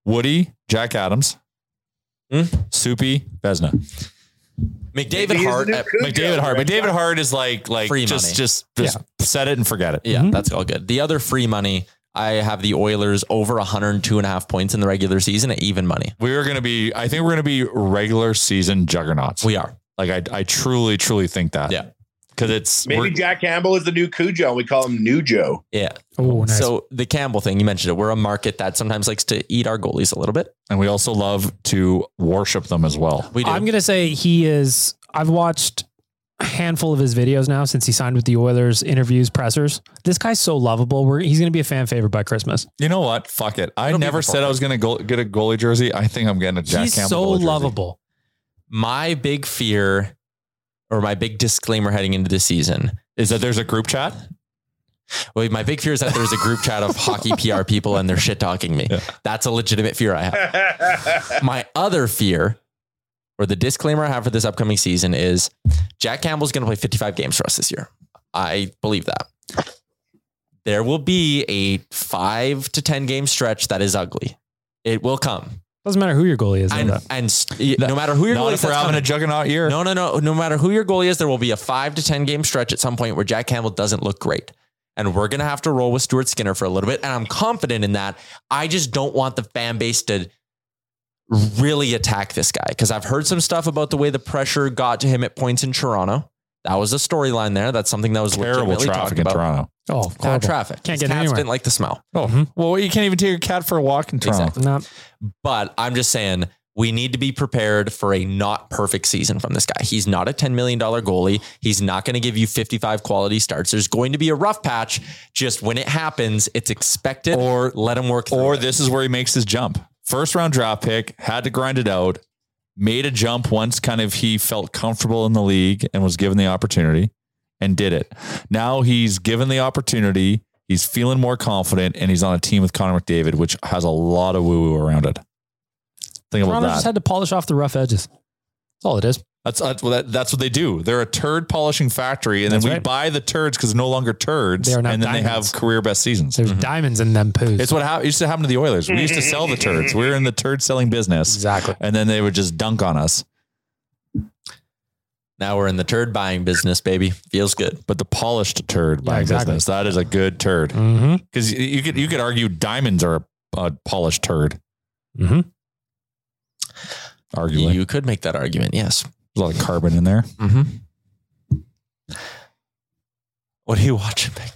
[SPEAKER 5] Woody, Jack Adams,
[SPEAKER 4] Hmm?
[SPEAKER 5] Soupy, Vesna.
[SPEAKER 4] McDavid
[SPEAKER 2] He's the
[SPEAKER 4] Hart.
[SPEAKER 2] new
[SPEAKER 4] at-
[SPEAKER 2] Cujo,
[SPEAKER 5] McDavid Hart.
[SPEAKER 2] right?
[SPEAKER 5] McDavid Hart is like like
[SPEAKER 4] Free
[SPEAKER 5] just
[SPEAKER 4] money.
[SPEAKER 5] just just set it and forget it.
[SPEAKER 4] Yeah, that's all good. The other free money, I have the Oilers over 102 and a half points in the regular season at even money.
[SPEAKER 5] We are going to be. I think we're going to be regular season juggernauts.
[SPEAKER 4] We are.
[SPEAKER 5] like I, I truly, truly think that.
[SPEAKER 4] Yeah.
[SPEAKER 5] because it's
[SPEAKER 2] Maybe
[SPEAKER 5] we're-
[SPEAKER 2] Jack Campbell is the new Cujo, and we call him New Joe.
[SPEAKER 4] Yeah.
[SPEAKER 6] Oh, nice.
[SPEAKER 4] So the Campbell thing, you mentioned it. We're a market that sometimes likes to eat our goalies a little bit.
[SPEAKER 5] and we also love to worship them as well.
[SPEAKER 4] We do.
[SPEAKER 6] I'm gonna say he is. I've watched a handful of his videos now since he signed with the Oilers. Interviews, pressers. This guy's so lovable. We're, he's gonna be a fan favorite by Christmas.
[SPEAKER 5] You know what? Fuck it. I
[SPEAKER 4] It'll be
[SPEAKER 5] never
[SPEAKER 4] before
[SPEAKER 5] said I was going to go get a goalie jersey. I think I'm getting a Jack
[SPEAKER 6] he's
[SPEAKER 5] Campbell.
[SPEAKER 6] so
[SPEAKER 5] goalie jersey.
[SPEAKER 6] lovable.
[SPEAKER 4] my big fear, or my big disclaimer heading into the season,
[SPEAKER 5] Is that there's a group chat?
[SPEAKER 4] Well, my big fear is that there's a group chat of hockey PR people and they're shit talking me. That's a legitimate fear I have. my other fear, or the disclaimer I have for this upcoming season, is Jack Campbell's going to play 55 games for us this year. I believe that. There will be a five to 10 game stretch that is ugly. It will come.
[SPEAKER 6] Doesn't matter who your goalie is.
[SPEAKER 4] And, and st- no matter who your
[SPEAKER 5] Not
[SPEAKER 4] goalie
[SPEAKER 5] if
[SPEAKER 4] is,
[SPEAKER 5] we're
[SPEAKER 4] that's
[SPEAKER 5] having a
[SPEAKER 4] coming.
[SPEAKER 5] juggernaut year.
[SPEAKER 4] No, no, no. No matter who your goalie is, there will be a five to 10 game stretch at some point where Jack Campbell doesn't look great. And we're going to have to roll with Stuart Skinner for a little bit. And I'm confident in that. I just don't want the fan base to really attack this guy because I've heard some stuff about the way the pressure got to him at points in Toronto. That was a storyline there. That's something that was
[SPEAKER 5] Terrible
[SPEAKER 4] legitimately
[SPEAKER 5] traffic
[SPEAKER 4] talked
[SPEAKER 5] in
[SPEAKER 4] about.
[SPEAKER 5] Toronto.
[SPEAKER 6] Oh,
[SPEAKER 4] Bad traffic.
[SPEAKER 6] Can't
[SPEAKER 4] His
[SPEAKER 6] get
[SPEAKER 4] cats
[SPEAKER 6] anywhere.
[SPEAKER 4] Didn't like the smell.
[SPEAKER 5] Oh, well, you can't even take your cat for a walk in Toronto.
[SPEAKER 4] Exactly. But I'm just saying we need to be prepared for a not perfect season from this guy. He's not a $10 million goalie. He's not going to give you 55 quality starts. There's going to be a rough patch. Just when it happens, it's expected. Or let him work.
[SPEAKER 5] Or this is where he makes his jump. First round draft pick, had to grind it out, made a jump once kind of he felt comfortable in the league and was given the opportunity and did it. Now he's given the opportunity, he's feeling more confident, and he's on a team with Connor McDavid, which has a lot of woo woo around it. Think
[SPEAKER 6] Toronto
[SPEAKER 5] about
[SPEAKER 6] just
[SPEAKER 5] that.
[SPEAKER 6] had to polish off the rough edges. That's all it is.
[SPEAKER 5] That's that's well, that, that's what they do. They're a turd polishing factory, and
[SPEAKER 6] That's
[SPEAKER 5] then we
[SPEAKER 6] right.
[SPEAKER 5] buy the turds because they're no longer turds,
[SPEAKER 6] They are
[SPEAKER 5] and
[SPEAKER 6] now
[SPEAKER 5] then they
[SPEAKER 6] diamonds.
[SPEAKER 5] have career best seasons. Mm-hmm.
[SPEAKER 4] Mm-hmm.
[SPEAKER 6] There's diamonds in them poos.
[SPEAKER 5] It's what hap- it used to happen to the Oilers. We used to sell the turds. We were in the turd selling business.
[SPEAKER 6] Exactly.
[SPEAKER 5] And then they would just dunk on us.
[SPEAKER 4] Now we're in the turd buying business, baby. Feels good.
[SPEAKER 5] But the polished turd buying
[SPEAKER 4] exactly.
[SPEAKER 5] business, that is a good turd.
[SPEAKER 6] Mhm.
[SPEAKER 5] Because you could you could argue diamonds are a, a polished turd.
[SPEAKER 6] Mm-hmm.
[SPEAKER 5] Arguably.
[SPEAKER 4] You could make that argument, yes.
[SPEAKER 5] There's a lot of carbon in there.
[SPEAKER 4] Mm-hmm. What are you watching, Peg?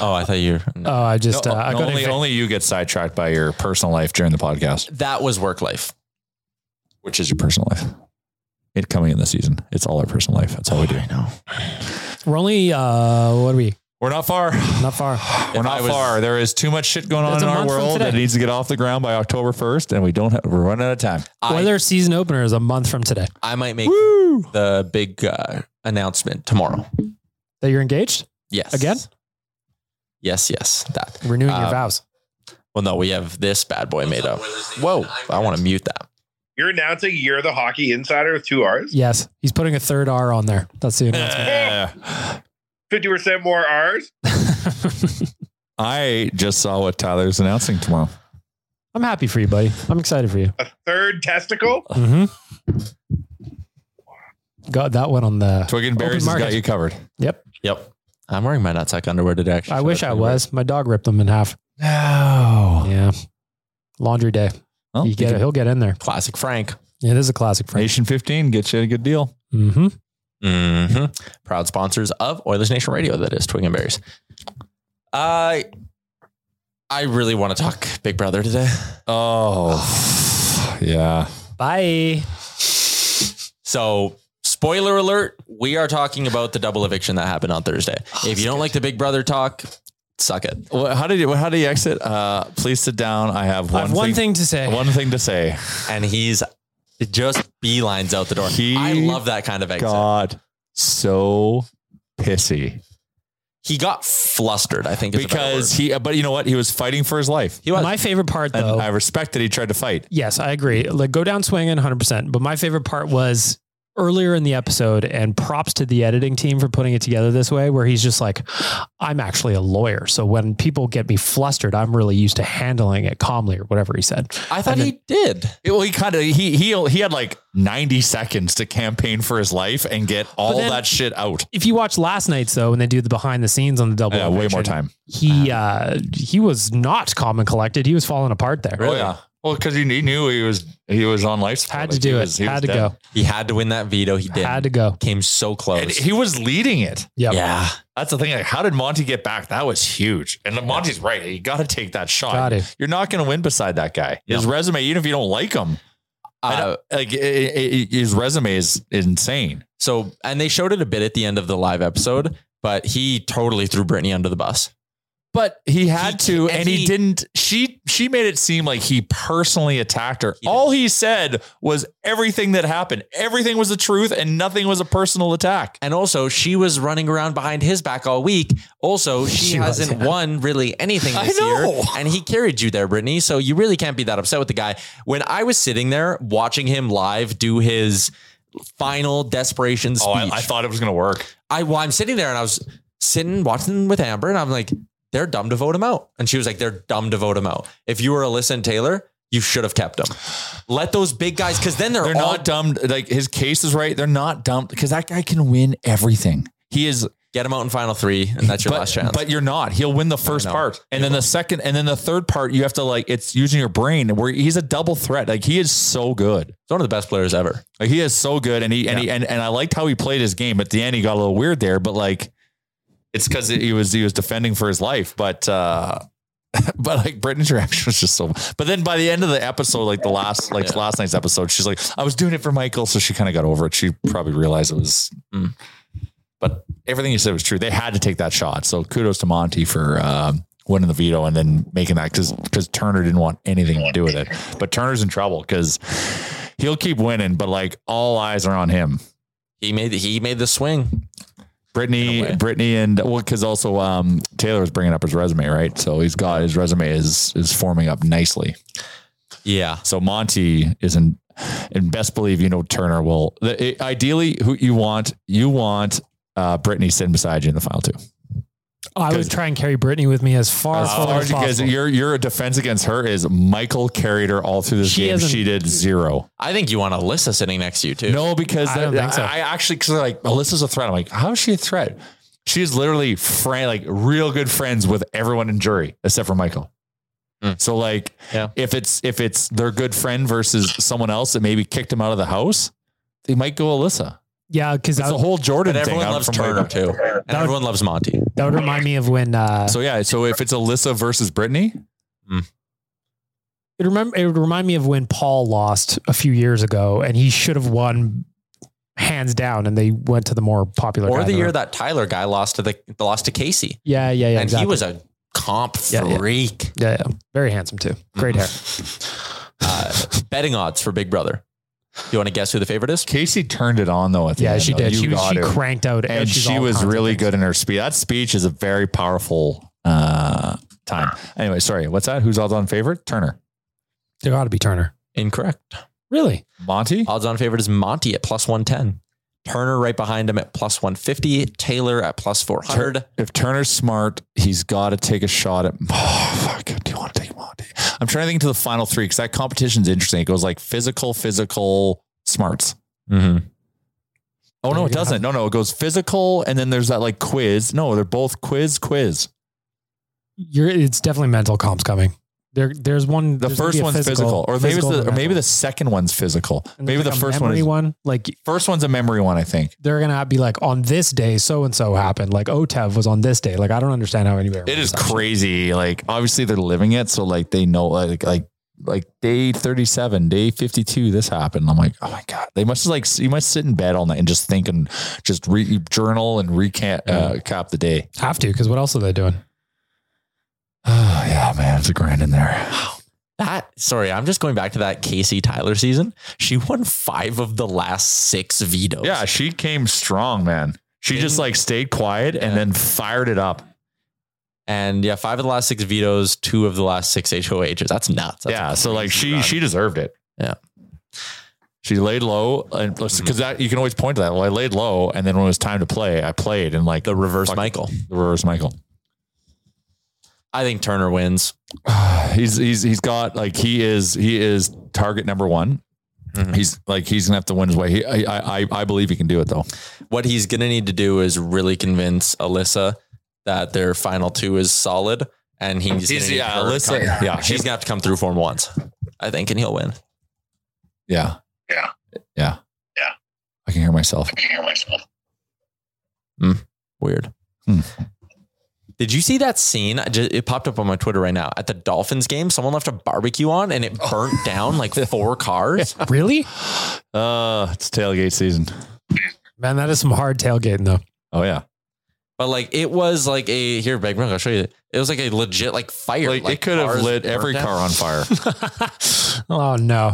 [SPEAKER 4] Oh, I thought you were.
[SPEAKER 6] Oh, I just
[SPEAKER 5] No,
[SPEAKER 6] uh, I
[SPEAKER 5] no,
[SPEAKER 6] got
[SPEAKER 5] only,
[SPEAKER 6] invi-
[SPEAKER 5] only you get sidetracked by your personal life during the podcast.
[SPEAKER 4] That was work life.
[SPEAKER 5] Which is your personal life. It coming in the season. It's all our personal life. That's all we do. I
[SPEAKER 4] know.
[SPEAKER 6] We're only uh, what are we?
[SPEAKER 5] We're not far.
[SPEAKER 6] Not far.
[SPEAKER 5] We're not far. There is too much shit going on
[SPEAKER 6] It's
[SPEAKER 5] in
[SPEAKER 6] a
[SPEAKER 5] our
[SPEAKER 6] month from
[SPEAKER 5] world that
[SPEAKER 6] today.
[SPEAKER 5] needs to get off the ground by October 1st, and we don't have, we're running out of time.
[SPEAKER 6] Oilers season opener is a month from today.
[SPEAKER 4] I might make the big uh, announcement tomorrow.
[SPEAKER 6] That you're engaged
[SPEAKER 4] Yes.
[SPEAKER 6] again,
[SPEAKER 4] Yes, yes. That.
[SPEAKER 6] renewing your
[SPEAKER 4] Uh,
[SPEAKER 6] vows.
[SPEAKER 4] Well, no, we have this bad boy made up. Whoa, I want to mute that.
[SPEAKER 2] You're announcing you're the hockey insider with two R's.
[SPEAKER 6] Yes, he's putting a third R on there. That's the announcement.
[SPEAKER 5] Uh,
[SPEAKER 2] Fifty percent more R's.
[SPEAKER 5] I just saw what Tyler's announcing tomorrow.
[SPEAKER 6] I'm happy for you, buddy. I'm excited for you.
[SPEAKER 2] A third testicle.
[SPEAKER 6] Mm-hmm. Got that one on the
[SPEAKER 5] Twig and
[SPEAKER 6] open
[SPEAKER 5] Berries has
[SPEAKER 6] market.
[SPEAKER 5] got you covered.
[SPEAKER 6] Yep.
[SPEAKER 4] Yep. I'm wearing my nutsack underwear today. Actually,
[SPEAKER 6] I
[SPEAKER 4] Shout
[SPEAKER 6] wish
[SPEAKER 4] out
[SPEAKER 6] I
[SPEAKER 4] to everybody.
[SPEAKER 6] was. My dog ripped them in half.
[SPEAKER 5] No.
[SPEAKER 6] Yeah. Laundry day.
[SPEAKER 5] Well,
[SPEAKER 6] you get,
[SPEAKER 5] Oh, you can-
[SPEAKER 6] he'll get in there.
[SPEAKER 4] Classic Frank.
[SPEAKER 6] Yeah, this is a classic Frank.
[SPEAKER 5] Nation 15 gets you a good deal.
[SPEAKER 6] Mm-hmm.
[SPEAKER 4] hmm Proud sponsors of Oilers Nation Radio, that is Twig and Berries. I I really want to talk Big Brother today.
[SPEAKER 5] Oh, yeah.
[SPEAKER 6] Bye.
[SPEAKER 4] So, spoiler alert, we are talking about the double eviction that happened on Thursday.
[SPEAKER 6] Oh,
[SPEAKER 4] if you don't like the Big Brother talk, suck it.
[SPEAKER 5] Well, how did you? How did you exit? Uh, please sit down. I have
[SPEAKER 6] I
[SPEAKER 5] one.
[SPEAKER 6] have one thing, to say.
[SPEAKER 5] One thing to say.
[SPEAKER 4] And he's it just beelines out the door.
[SPEAKER 5] He
[SPEAKER 4] I love that kind of exit.
[SPEAKER 5] God, so pissy
[SPEAKER 4] He got flustered, I think, is a better
[SPEAKER 5] because
[SPEAKER 4] word.
[SPEAKER 5] he. But you know what? He was fighting for his life,
[SPEAKER 4] he was
[SPEAKER 6] My favorite part,
[SPEAKER 5] and
[SPEAKER 6] though.
[SPEAKER 5] I respect that he tried to fight.
[SPEAKER 6] yes, I agree. Like, go down swinging 100%. But my favorite part was earlier in the episode, and props to the editing team for putting it together this way, where he's just like, I'm actually a lawyer. So when people get me flustered, I'm really used to handling it calmly or whatever he said.
[SPEAKER 4] I thought he did.
[SPEAKER 5] It- well, he kind of he he he had like ninety seconds to campaign for his life and get all
[SPEAKER 6] then-
[SPEAKER 5] that shit out.
[SPEAKER 6] If you watch last night's though, when they do the behind the scenes on the double,
[SPEAKER 5] Yeah, way
[SPEAKER 6] eviction,
[SPEAKER 5] more time. Uh-huh.
[SPEAKER 6] He uh, he was not calm and collected. He was falling apart there.
[SPEAKER 5] Oh yeah. Well, because he he knew he was he was on life support.
[SPEAKER 6] Had
[SPEAKER 5] Like,
[SPEAKER 6] to do
[SPEAKER 5] he
[SPEAKER 6] it.
[SPEAKER 5] was- he was
[SPEAKER 6] Had to
[SPEAKER 5] dead.
[SPEAKER 6] go.
[SPEAKER 4] He had to win that veto. He did.
[SPEAKER 6] Had to go.
[SPEAKER 4] Came so close.
[SPEAKER 5] And he was leading it.
[SPEAKER 6] Yep.
[SPEAKER 4] yeah.
[SPEAKER 5] That's the thing. Like, how did Monty get back? That was huge. And Monty's right. You got to take that shot.
[SPEAKER 6] Gotta.
[SPEAKER 5] You're not going to win beside that guy. His
[SPEAKER 4] No.
[SPEAKER 5] resume, even if you don't like him, I
[SPEAKER 4] Uh,
[SPEAKER 5] don't- like i- i- i- his resume is insane.
[SPEAKER 4] so, and they showed it a bit at the end of the live episode, but he totally threw Brittany under the bus.
[SPEAKER 5] But he had
[SPEAKER 4] He-
[SPEAKER 5] to,
[SPEAKER 4] and
[SPEAKER 5] and, he,
[SPEAKER 4] he-
[SPEAKER 5] didn't. She she made it seem like he personally attacked her. All he said was everything that happened. Everything was the truth, and nothing was a personal attack.
[SPEAKER 4] And also, she was running around behind his back all week. Also, she,
[SPEAKER 6] She was,
[SPEAKER 4] hasn't
[SPEAKER 6] yeah.
[SPEAKER 4] won really anything
[SPEAKER 5] I
[SPEAKER 4] this
[SPEAKER 5] know.
[SPEAKER 4] year. And he carried you there, Brittany. So you really can't be that upset with the guy. When I was sitting there watching him live do his final desperation speech,
[SPEAKER 5] Oh, I, I thought it was going to work.
[SPEAKER 4] I well, I'm sitting there and I was sitting watching with Amber and I'm like, they're dumb to vote him out. And she was like, they're dumb to vote him out. If you were Alyssa and Taylor, you should have kept him. Let those big guys, because then they're,
[SPEAKER 5] They're
[SPEAKER 4] all
[SPEAKER 5] not dumb. Like his case is right. They're not dumb because that guy can win everything. He is
[SPEAKER 4] Get him out in final three, and that's your
[SPEAKER 5] But-
[SPEAKER 4] last chance.
[SPEAKER 5] But you're not. He'll win the first
[SPEAKER 4] no.
[SPEAKER 5] part, and then the second, and then the third part. You have to like it's using your brain. Where he's a double threat. Like he is so good. He's
[SPEAKER 4] one of the best players ever.
[SPEAKER 5] Like he is so good, and he and he and, and I liked how he played his game. At the end, he got a little weird there, but like it's because he was he was defending for his life. But uh but like Brittany's reaction was just so. But then by the end of the episode, like the last like last night's episode, she's like, "I was doing it for Michael," so she kind of got over it. She probably realized it was. But everything you said was true. They had to take that shot. So kudos to Monty for um, winning the veto and then making that because because Turner didn't want anything to do with it. But Turner's in trouble because he'll keep winning, but like all eyes are on him.
[SPEAKER 4] He made he made the swing.
[SPEAKER 5] Brittany, Brittany, and well, because also um, Taylor was bringing up his resume, right? So he's got his resume is is forming up nicely.
[SPEAKER 4] Yeah.
[SPEAKER 5] So Monty is in, and best believe you know Turner will. The, it- ideally, who you want, you want uh, Brittany sitting beside you in the final two.
[SPEAKER 6] I would try and carry Brittany with me as far as,
[SPEAKER 5] As
[SPEAKER 6] far
[SPEAKER 5] far
[SPEAKER 6] as
[SPEAKER 5] because
[SPEAKER 6] possible.
[SPEAKER 5] your your defense against her is Michael carried her all through this
[SPEAKER 4] She
[SPEAKER 5] game.
[SPEAKER 4] hasn't-
[SPEAKER 5] She did zero.
[SPEAKER 4] I think you want Alyssa sitting next to you too.
[SPEAKER 5] No, because
[SPEAKER 4] I
[SPEAKER 5] that- I,
[SPEAKER 4] don't think so.
[SPEAKER 5] I actually because like Alyssa's a threat. I'm like, how is she a threat? She is literally friend, like real good friends with everyone in jury except for Michael.
[SPEAKER 4] Hmm.
[SPEAKER 5] So like, if it's if it's their good friend versus someone else that maybe kicked him out of the house, they might go Alyssa.
[SPEAKER 6] yeah, because
[SPEAKER 5] It's the whole Jordan
[SPEAKER 4] But
[SPEAKER 5] thing.
[SPEAKER 4] everyone
[SPEAKER 5] out
[SPEAKER 4] loves
[SPEAKER 5] from
[SPEAKER 4] Turner
[SPEAKER 5] Michael.
[SPEAKER 4] too, and
[SPEAKER 5] would-
[SPEAKER 4] everyone loves Monty.
[SPEAKER 6] that would remind me of when uh,
[SPEAKER 5] So yeah, so if it's Alyssa versus Brittany,
[SPEAKER 6] It remember it would remind me of when Paul lost a few years ago, and he should have won hands down, and they went to the more popular. guy
[SPEAKER 4] Or
[SPEAKER 6] in
[SPEAKER 4] the year
[SPEAKER 6] room.
[SPEAKER 4] that Tyler guy lost to the lost to Casey,
[SPEAKER 6] yeah, yeah, yeah,
[SPEAKER 4] and
[SPEAKER 6] exactly.
[SPEAKER 4] he was a comp
[SPEAKER 6] Yeah, yeah.
[SPEAKER 4] freak.
[SPEAKER 6] yeah, yeah, very handsome too, great hair.
[SPEAKER 5] Mm-hmm.
[SPEAKER 4] Uh, betting odds for Big Brother. You want to guess who the favorite is?
[SPEAKER 5] Casey turned it on though. At the
[SPEAKER 6] Yeah,
[SPEAKER 5] end,
[SPEAKER 6] she
[SPEAKER 5] though.
[SPEAKER 6] did.
[SPEAKER 5] You
[SPEAKER 6] She was-
[SPEAKER 5] got
[SPEAKER 6] she
[SPEAKER 5] it.
[SPEAKER 6] cranked out
[SPEAKER 5] and
[SPEAKER 6] edges,
[SPEAKER 5] she
[SPEAKER 6] all
[SPEAKER 5] was
[SPEAKER 6] kinds of
[SPEAKER 5] really good in her speech. That speech is a very powerful uh, time. Anyway, sorry. What's that? Who's odds on favorite? Turner.
[SPEAKER 6] There ought to be Turner.
[SPEAKER 4] Incorrect.
[SPEAKER 6] Really?
[SPEAKER 5] Monty?
[SPEAKER 4] Odds on favorite is Monty at plus 110. Turner right behind him at plus 150. Taylor at plus 400.
[SPEAKER 5] If Turner's smart, he's got to take a shot at. Oh, fuck. Do you want to take Monty? I'm trying to think to the final three because that competition's interesting. It goes like physical, physical, smarts.
[SPEAKER 4] Mm-hmm.
[SPEAKER 5] Oh, no, it doesn't. No, no. It goes physical and then there's that like quiz. No, they're both quiz, quiz.
[SPEAKER 6] You're, it's definitely mental comps coming. There, there's one.
[SPEAKER 5] The first one's physical, or maybe it's the, or maybe the second one's physical. Maybe the first one
[SPEAKER 6] memory
[SPEAKER 5] is
[SPEAKER 6] one. Like
[SPEAKER 5] first one's a memory one, I think.
[SPEAKER 6] they're gonna be like on this day, so and so happened. Like Otev was on this day. Like I don't understand how anybody.
[SPEAKER 5] It is crazy. Like obviously they're living it, so like they know like like like day 37, day 52 this happened. I'm like, "Oh my god. They must like you must sit in bed all night and just think and just re- journal and recap uh, cap the day.
[SPEAKER 6] Have to because what else are they doing?
[SPEAKER 5] Oh yeah, man, it's a grind in there.
[SPEAKER 4] That, sorry, I'm just going back to that Casey Tyler season. She won five of the last six vetoes.
[SPEAKER 5] Yeah, she came strong, man. She just like stayed quiet and then fired it up.
[SPEAKER 4] And yeah, five of the last six vetoes, two of the last six HOHs. That's nuts. That's
[SPEAKER 5] yeah, so like she she deserved it.
[SPEAKER 4] Yeah.
[SPEAKER 5] She laid low and because that you can always point to that. Well, I laid low and then when it was time to play, I played and like the
[SPEAKER 4] reverse Michael.
[SPEAKER 5] The reverse Michael.
[SPEAKER 4] I think Turner wins.
[SPEAKER 5] he's he's he's got like he is he is target number one. He's like he's gonna have to win his way. He, I, I I believe he can do it though.
[SPEAKER 4] What he's going to need to do is really convince Alyssa that their final two is solid. And he's,
[SPEAKER 5] He's-
[SPEAKER 4] gonna need
[SPEAKER 5] yeah,
[SPEAKER 4] her to
[SPEAKER 5] Alyssa-
[SPEAKER 4] come-
[SPEAKER 5] yeah.
[SPEAKER 4] she's gonna have to come through for him once, I think, and he'll win.
[SPEAKER 5] Yeah.
[SPEAKER 3] Yeah.
[SPEAKER 5] Yeah.
[SPEAKER 3] Yeah.
[SPEAKER 5] I can hear myself.
[SPEAKER 3] hear myself.
[SPEAKER 4] Weird.
[SPEAKER 5] Hmm.
[SPEAKER 4] Did you see that scene? I ju- It popped up on my Twitter right now. At the Dolphins game, someone left a barbecue on and
[SPEAKER 5] Oh.
[SPEAKER 4] it burnt down like four cars.
[SPEAKER 6] Really?
[SPEAKER 5] Uh it's tailgate season.
[SPEAKER 6] Man, that is some hard tailgating though.
[SPEAKER 5] Oh yeah.
[SPEAKER 4] But like it was like a here, Big I'll show you. It was like a legit like fire.
[SPEAKER 5] Like, it could have
[SPEAKER 4] cars
[SPEAKER 5] lit
[SPEAKER 4] burnt
[SPEAKER 5] every
[SPEAKER 4] down.
[SPEAKER 5] car on fire.
[SPEAKER 6] Oh no.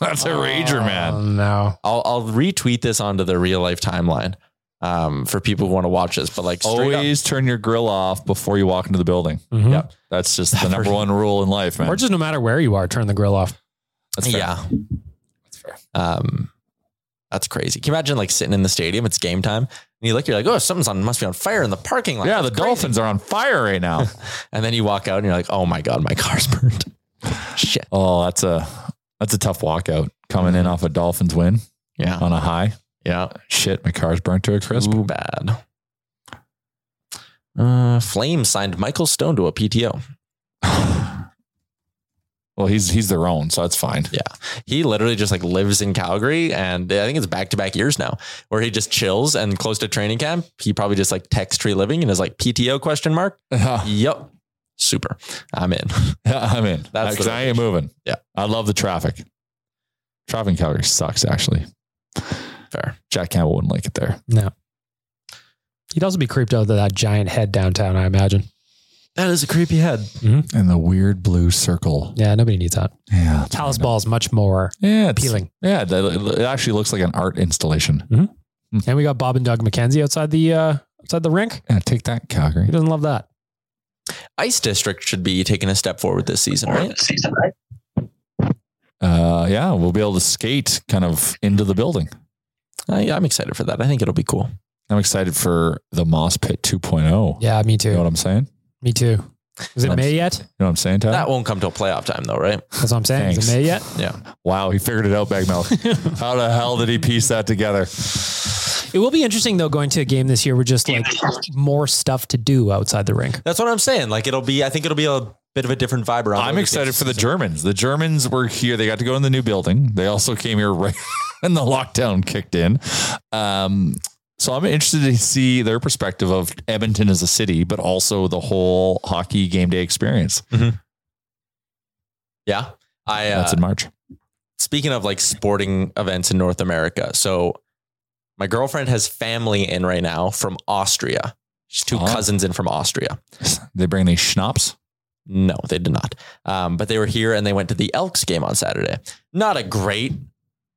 [SPEAKER 5] That's a rager, man.
[SPEAKER 6] Oh no.
[SPEAKER 4] I'll, I'll retweet this onto the real life timeline um, for people who want to watch this. But like straight up, Mm-hmm.
[SPEAKER 5] Always turn your grill off before you walk into the building.
[SPEAKER 6] Mhm.
[SPEAKER 5] Yep. That's just the number one rule in life, man.
[SPEAKER 6] Or just no matter where you are, turn the grill off.
[SPEAKER 5] That's fair.
[SPEAKER 4] yeah, that's fair. Um, that's crazy. Can you imagine like sitting in the stadium? It's game time, and you look, you're like, oh, something's on, must be on fire in the parking lot.
[SPEAKER 5] yeah, the
[SPEAKER 4] That's crazy.
[SPEAKER 5] Dolphins are on fire right now.
[SPEAKER 4] And then you walk out and you're like, oh my god, my car's burned. Shit.
[SPEAKER 5] oh, that's a that's a tough walkout coming in off a Dolphins win
[SPEAKER 4] Mm-hmm. Yeah.
[SPEAKER 5] on a high.
[SPEAKER 4] Yeah.
[SPEAKER 5] Shit, my car's burnt to a crisp.
[SPEAKER 4] Too bad. Uh, Flame signed Michael Stone to a PTO.
[SPEAKER 5] well, he's he's their own, so that's fine.
[SPEAKER 4] Yeah, he literally just like lives in Calgary, and I think it's back to back years now where he just chills and close to training camp. He probably just like texts Tree Living and is like PTO question mark. Yep, super. I'm in.
[SPEAKER 5] I'm in.
[SPEAKER 4] That's
[SPEAKER 5] because
[SPEAKER 4] the-
[SPEAKER 5] I ain't moving.
[SPEAKER 4] Yeah.
[SPEAKER 5] I love the traffic. Traffic in Calgary sucks, actually.
[SPEAKER 4] Fair.
[SPEAKER 5] Jack Campbell wouldn't like it there.
[SPEAKER 6] No. He'd also be creeped out of that giant head downtown, I imagine.
[SPEAKER 4] That is a creepy head.
[SPEAKER 5] And the weird blue circle.
[SPEAKER 6] Yeah, nobody needs that.
[SPEAKER 5] Yeah.
[SPEAKER 6] Palace ball is much more
[SPEAKER 5] Yeah. it's-
[SPEAKER 6] appealing.
[SPEAKER 5] Yeah. that- It actually looks like an art installation.
[SPEAKER 6] And we got Bob and Doug McKenzie outside the uh, outside the rink.
[SPEAKER 5] Yeah, take that, Calgary.
[SPEAKER 6] He doesn't love that.
[SPEAKER 4] Ice District should be taking a step forward this season, right?
[SPEAKER 3] Season, right?
[SPEAKER 5] Uh, yeah. We'll be able to skate kind of into the building.
[SPEAKER 4] I, I'm excited for that. I think it'll be cool.
[SPEAKER 5] I'm excited for the Moss Pit 2.0.
[SPEAKER 6] Yeah, me too.
[SPEAKER 5] You know what I'm saying?
[SPEAKER 6] Me too. Is it
[SPEAKER 5] I'm-
[SPEAKER 6] May yet?
[SPEAKER 5] You know what I'm saying, Tyler?
[SPEAKER 4] That won't come till playoff time, though, right?
[SPEAKER 6] That's what I'm saying. Is it
[SPEAKER 5] Thanks.
[SPEAKER 6] May yet?
[SPEAKER 4] Yeah.
[SPEAKER 5] Wow, he figured it out, Bag Mouth. How the hell did he piece that together?
[SPEAKER 6] It will be interesting though going to a game this year with just like more stuff to do outside the rink.
[SPEAKER 4] That's what I'm saying. Like it'll be. I think it'll be a bit of a different vibe around.
[SPEAKER 5] I'm
[SPEAKER 4] every
[SPEAKER 5] excited for the
[SPEAKER 4] season.
[SPEAKER 5] Germans. The Germans were here. They got to go in the new building. They also came here right when the lockdown kicked in. Um, so I'm interested to see their perspective of Edmonton as a city, but also the whole hockey game day experience.
[SPEAKER 4] Yeah. I. Uh,
[SPEAKER 5] That's in March.
[SPEAKER 4] speaking of like sporting events in North America, so my girlfriend has family in right now from Austria. She's two
[SPEAKER 5] Oh.
[SPEAKER 4] cousins in from Austria.
[SPEAKER 5] They bring these schnapps.
[SPEAKER 4] No, they did not. Um, but they were here and they went to the Elks game on Saturday. Not a great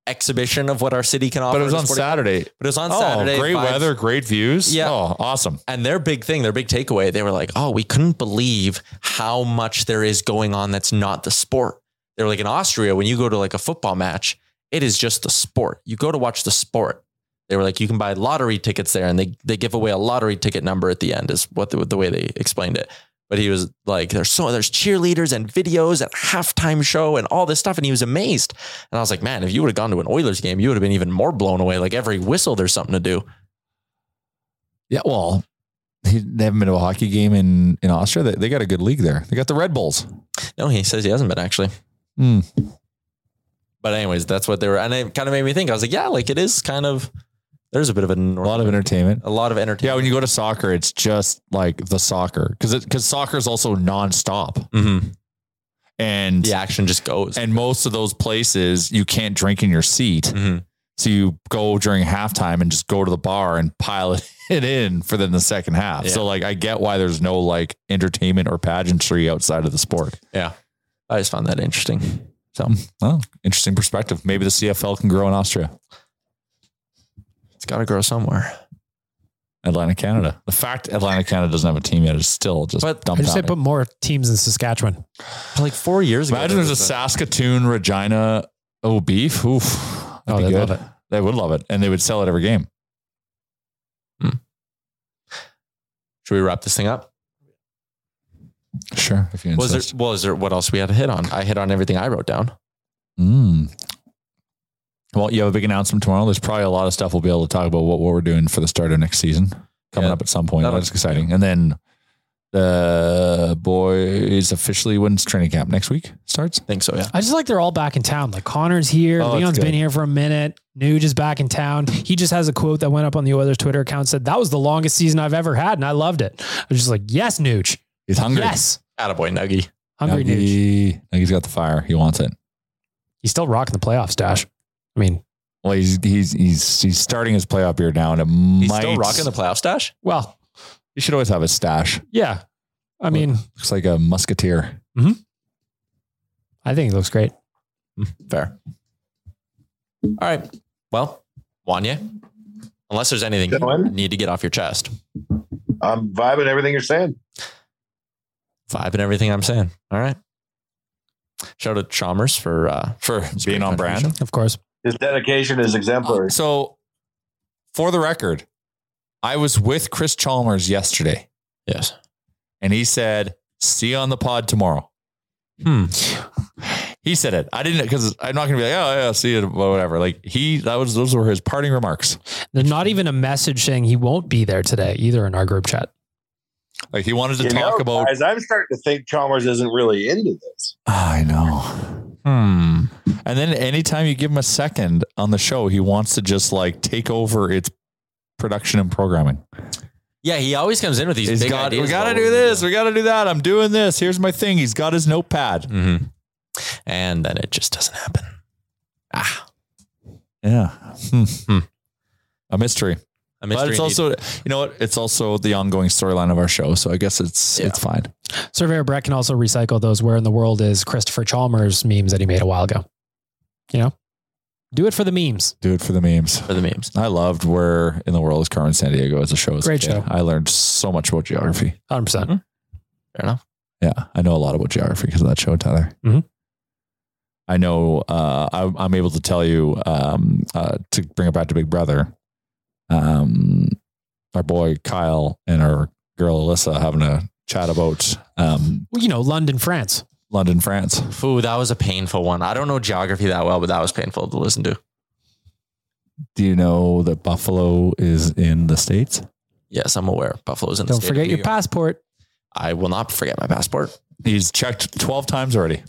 [SPEAKER 4] exhibition of what our city can offer.
[SPEAKER 5] But it was
[SPEAKER 4] as a
[SPEAKER 5] on
[SPEAKER 4] sporting-
[SPEAKER 5] Saturday. Oh,
[SPEAKER 4] But it was on Saturday.
[SPEAKER 5] Great
[SPEAKER 4] vibes-
[SPEAKER 5] weather, great views.
[SPEAKER 4] Yeah.
[SPEAKER 5] Oh, awesome.
[SPEAKER 4] And their big thing, their big takeaway, they were like, oh, we couldn't believe how much there is going on that's not the sport. They were like, in Austria, when you go to like a football match, it is just the sport. You go to watch the sport. They were like, you can buy lottery tickets there and they, they give away a lottery ticket number at the end, is what the, the way they explained it. But he was like, there's so there's cheerleaders and videos and halftime show and all this stuff. And he was amazed. And I was like, man, if you would have gone to an Oilers game, you would have been even more blown away. Like every whistle, there's something to do.
[SPEAKER 5] Yeah, well, he- they haven't been to a hockey game in in Austria. They, they got a good league there. They got the Red Bulls.
[SPEAKER 4] No, he says he hasn't been actually.
[SPEAKER 5] Hmm.
[SPEAKER 4] But anyways, that's what they were, and it kind of made me think. I was like, yeah, like it is kind of. There's a bit of a,
[SPEAKER 5] A lot of entertainment.
[SPEAKER 4] a lot of entertainment.
[SPEAKER 5] Yeah, when you go to soccer, it's just like the soccer because because soccer is also nonstop
[SPEAKER 4] Mhm.
[SPEAKER 5] and
[SPEAKER 4] The action just goes.
[SPEAKER 5] and most of those places you can't drink in your seat,
[SPEAKER 4] Mhm.
[SPEAKER 5] so you go during halftime and just go to the bar and pile it in for then the second half.
[SPEAKER 4] Yeah.
[SPEAKER 5] So like I get why there's no like entertainment or pageantry outside of the sport.
[SPEAKER 4] Yeah, I just found that interesting. So
[SPEAKER 5] Well, oh, interesting perspective. Maybe the CFL can grow in Austria.
[SPEAKER 4] it's got to grow somewhere.
[SPEAKER 5] Atlanta, Canada. The fact Atlanta, Canada doesn't have a team yet is still just
[SPEAKER 4] But-
[SPEAKER 6] I just say
[SPEAKER 5] dumbfounding.
[SPEAKER 6] put more teams in Saskatchewan.
[SPEAKER 4] But like four years ago,
[SPEAKER 5] Imagine
[SPEAKER 4] there
[SPEAKER 5] there's a
[SPEAKER 4] was
[SPEAKER 5] Saskatoon, Regina, oh beef. Oof,
[SPEAKER 6] Oh,
[SPEAKER 5] that'd
[SPEAKER 6] they'd
[SPEAKER 5] be
[SPEAKER 6] love
[SPEAKER 5] good.
[SPEAKER 6] it.
[SPEAKER 5] They would love it, and they would sell it every game.
[SPEAKER 4] Hmm. Should we wrap this thing up?
[SPEAKER 5] Sure, if you
[SPEAKER 4] Was
[SPEAKER 5] insist.
[SPEAKER 4] there? Was there? What else we had to hit on? I hit on everything I wrote down.
[SPEAKER 5] Mm. Well, you have a big announcement tomorrow. There's probably a lot of stuff we'll be able to talk about what, what we're doing for the start of next season coming
[SPEAKER 4] Yeah.
[SPEAKER 5] up at some point.
[SPEAKER 4] That'll-
[SPEAKER 5] That's exciting. And then the boys officially when's training camp next week starts.
[SPEAKER 4] think so. Yeah.
[SPEAKER 6] I just like they're all back in town. Like Connor's here,
[SPEAKER 5] Oh, that's
[SPEAKER 6] Leon's
[SPEAKER 5] good.
[SPEAKER 6] been here for a minute, Nuge is back in town. He just has a quote that went up on the Oilers Twitter account said, That was the longest season I've ever had, and I loved it. I was just like, Yes, Nuge.
[SPEAKER 5] He's hungry.
[SPEAKER 6] Yes.
[SPEAKER 4] Attaboy, Nuggy.
[SPEAKER 6] Hungry Nuge.
[SPEAKER 5] Nuggie- Nuggie's got the fire. He wants it.
[SPEAKER 6] He's still rocking the playoffs, Dash. I mean,
[SPEAKER 5] Well, he's he's he's he's starting his playoff year now, and it
[SPEAKER 4] He's
[SPEAKER 5] might.
[SPEAKER 4] still rocking the playoff stash.
[SPEAKER 6] well,
[SPEAKER 5] You should always have a stash.
[SPEAKER 6] yeah. I mean,
[SPEAKER 5] Looks like a musketeer.
[SPEAKER 6] I think he looks great.
[SPEAKER 4] Fair. All right. Well, Wanya, unless there's anything
[SPEAKER 2] Good
[SPEAKER 4] you
[SPEAKER 2] one.
[SPEAKER 4] need to get off your chest,
[SPEAKER 2] I'm vibing everything you're saying.
[SPEAKER 4] vibe and everything I'm saying. All right. Shout out to Chalmers for uh,
[SPEAKER 5] for
[SPEAKER 4] It's
[SPEAKER 5] being
[SPEAKER 4] great
[SPEAKER 5] on brand. Uh,
[SPEAKER 6] Of course.
[SPEAKER 2] His dedication is exemplary.
[SPEAKER 5] So, for the record, I was with Chris Chalmers yesterday,
[SPEAKER 4] yes.
[SPEAKER 5] and he said, "See you on the pod tomorrow."
[SPEAKER 4] Hmm.
[SPEAKER 5] He said it. I didn't because I'm not going to be like, "Oh yeah, see you," or whatever. Like he, that was those were his parting remarks.
[SPEAKER 6] There's not even a message saying he won't be there today either in our group chat.
[SPEAKER 5] Like he wanted to
[SPEAKER 2] You
[SPEAKER 5] talk
[SPEAKER 2] know,
[SPEAKER 5] about.
[SPEAKER 2] guys, I'm starting to think Chalmers isn't really into this.
[SPEAKER 5] I know. Hmm. And then anytime you give him a second on the show, he wants to just like take over its production and programming.
[SPEAKER 4] Yeah, he always comes in with these
[SPEAKER 5] He's
[SPEAKER 4] big
[SPEAKER 5] got,
[SPEAKER 4] ideas.
[SPEAKER 5] we got to
[SPEAKER 4] about what
[SPEAKER 5] do this. We got to do that. I'm doing this. Here's my thing. He's got his notepad.
[SPEAKER 4] Mhm. And then it just doesn't happen. Ah.
[SPEAKER 5] Yeah. Hmm. A mystery.
[SPEAKER 4] A
[SPEAKER 5] but
[SPEAKER 4] mystery
[SPEAKER 5] it's also, you know what? It's also the ongoing storyline of our show. So I guess it's it's fine.
[SPEAKER 6] Surveyor Brett can also recycle those where in the world is Christopher Chalmers memes that he made a while ago. You know? Do it for the memes.
[SPEAKER 5] Do it for the memes.
[SPEAKER 4] For the memes.
[SPEAKER 5] I loved Where in the World is Carmen San Diego as a show. As a
[SPEAKER 6] Great
[SPEAKER 5] kid.
[SPEAKER 6] show.
[SPEAKER 5] I learned so much about geography.
[SPEAKER 6] 100%. percent
[SPEAKER 4] Mm-hmm. Fair enough.
[SPEAKER 5] Yeah. I know a lot about geography because of that show, Tyler.
[SPEAKER 6] Mhm.
[SPEAKER 5] I know uh, I, I'm able to tell you um, uh, to bring it back to Big Brother. Um, our boy Kyle and our girl Alyssa having a chat about um,
[SPEAKER 6] Well, you know, London, France.
[SPEAKER 5] London, France.
[SPEAKER 4] Ooh, that was a painful one. I don't know geography that well, but that was painful to listen to.
[SPEAKER 5] Do you know that Buffalo is in the States?
[SPEAKER 4] Yes, I'm aware. Buffalo's in the
[SPEAKER 6] Don't
[SPEAKER 4] state
[SPEAKER 6] forget
[SPEAKER 4] of
[SPEAKER 6] your
[SPEAKER 4] New York.
[SPEAKER 6] passport.
[SPEAKER 4] I will not forget my passport.
[SPEAKER 5] He's checked 12 times already.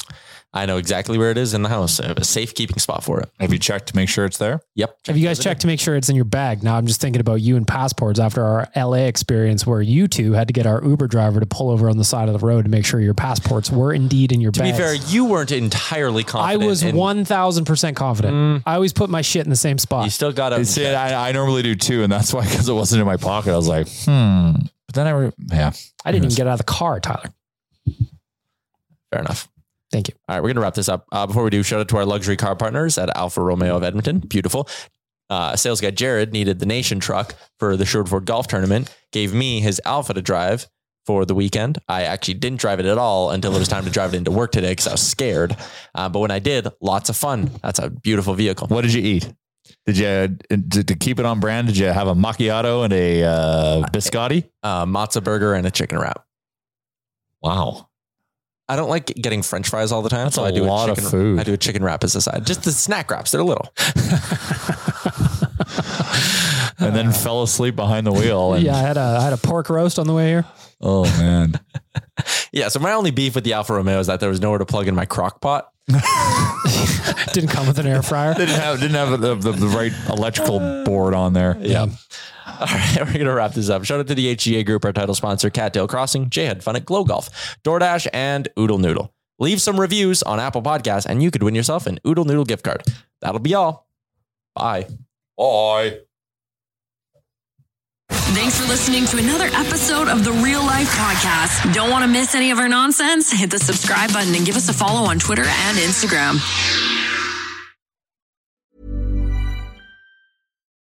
[SPEAKER 4] I know exactly where it is in the house. I have a safekeeping spot for it.
[SPEAKER 5] Have you checked to make sure it's there?
[SPEAKER 4] Yep.
[SPEAKER 6] Have you guys checked to make sure it's in your bag? Now I'm just thinking about you and passports after our LA experience where you two had to get our Uber driver to pull over on the side of the road to make sure your passports were indeed in your
[SPEAKER 4] To
[SPEAKER 6] bag.
[SPEAKER 4] be fair, you weren't entirely
[SPEAKER 6] I
[SPEAKER 4] confident.
[SPEAKER 6] was
[SPEAKER 4] in- Mm.
[SPEAKER 6] one thousand percent confident. I always put my shit in the same spot.
[SPEAKER 4] You still got to.
[SPEAKER 5] It's, I, I normally do too. And that's why, because it wasn't in my pocket, I was like, hmm. But then I, re- yeah.
[SPEAKER 6] I didn't even get out of the car, Tyler.
[SPEAKER 4] Fair enough.
[SPEAKER 6] Thank you.
[SPEAKER 4] All right, we're going to wrap this up. Uh, before we do, shout out to our luxury car partners at Alfa Romeo of Edmonton. Beautiful. Uh, sales guy Jared needed the Nation truck for the Sherwood Ford Golf Tournament, gave me his Alpha to drive for the weekend. I actually didn't drive it at all until it was time to drive it into work today because I was scared. Uh, but when I did, lots of fun. That's a beautiful vehicle.
[SPEAKER 5] What did you eat? Did you, to, to keep it on brand, did you have a macchiato and a uh, biscotti?
[SPEAKER 4] Uh, matzo burger and a chicken wrap.
[SPEAKER 5] Wow.
[SPEAKER 4] I don't like getting French fries all the time,
[SPEAKER 5] That's
[SPEAKER 4] so
[SPEAKER 5] a
[SPEAKER 4] I do
[SPEAKER 5] lot
[SPEAKER 4] a
[SPEAKER 5] of
[SPEAKER 4] chicken.
[SPEAKER 5] food.
[SPEAKER 4] I do a chicken wrap as a side. Just the snack wraps; they're little.
[SPEAKER 5] And then fell asleep behind the wheel. And,
[SPEAKER 6] Yeah, I had a I had a pork roast on the way here.
[SPEAKER 5] Oh, man.
[SPEAKER 4] Yeah. So my only beef with the Alfa Romeo is that there was nowhere to plug in my crock pot.
[SPEAKER 6] Didn't come with an air fryer.
[SPEAKER 5] didn't have, didn't have the, the, the right electrical board on there.
[SPEAKER 4] Yeah. All right, we're going to wrap this up. Shout out to the HGA Group, our title sponsor, Cattail Crossing, Jay Had Fun at Glow Golf, DoorDash, and Oodle Noodle. Leave some reviews on Apple Podcasts, and you could win yourself an Oodle Noodle gift card. That'll be all. Bye. Bye.
[SPEAKER 1] Thanks for listening to another episode of the Real Life Podcast. Don't want to miss any of our nonsense? Hit the subscribe button and give us a follow on Twitter and Instagram.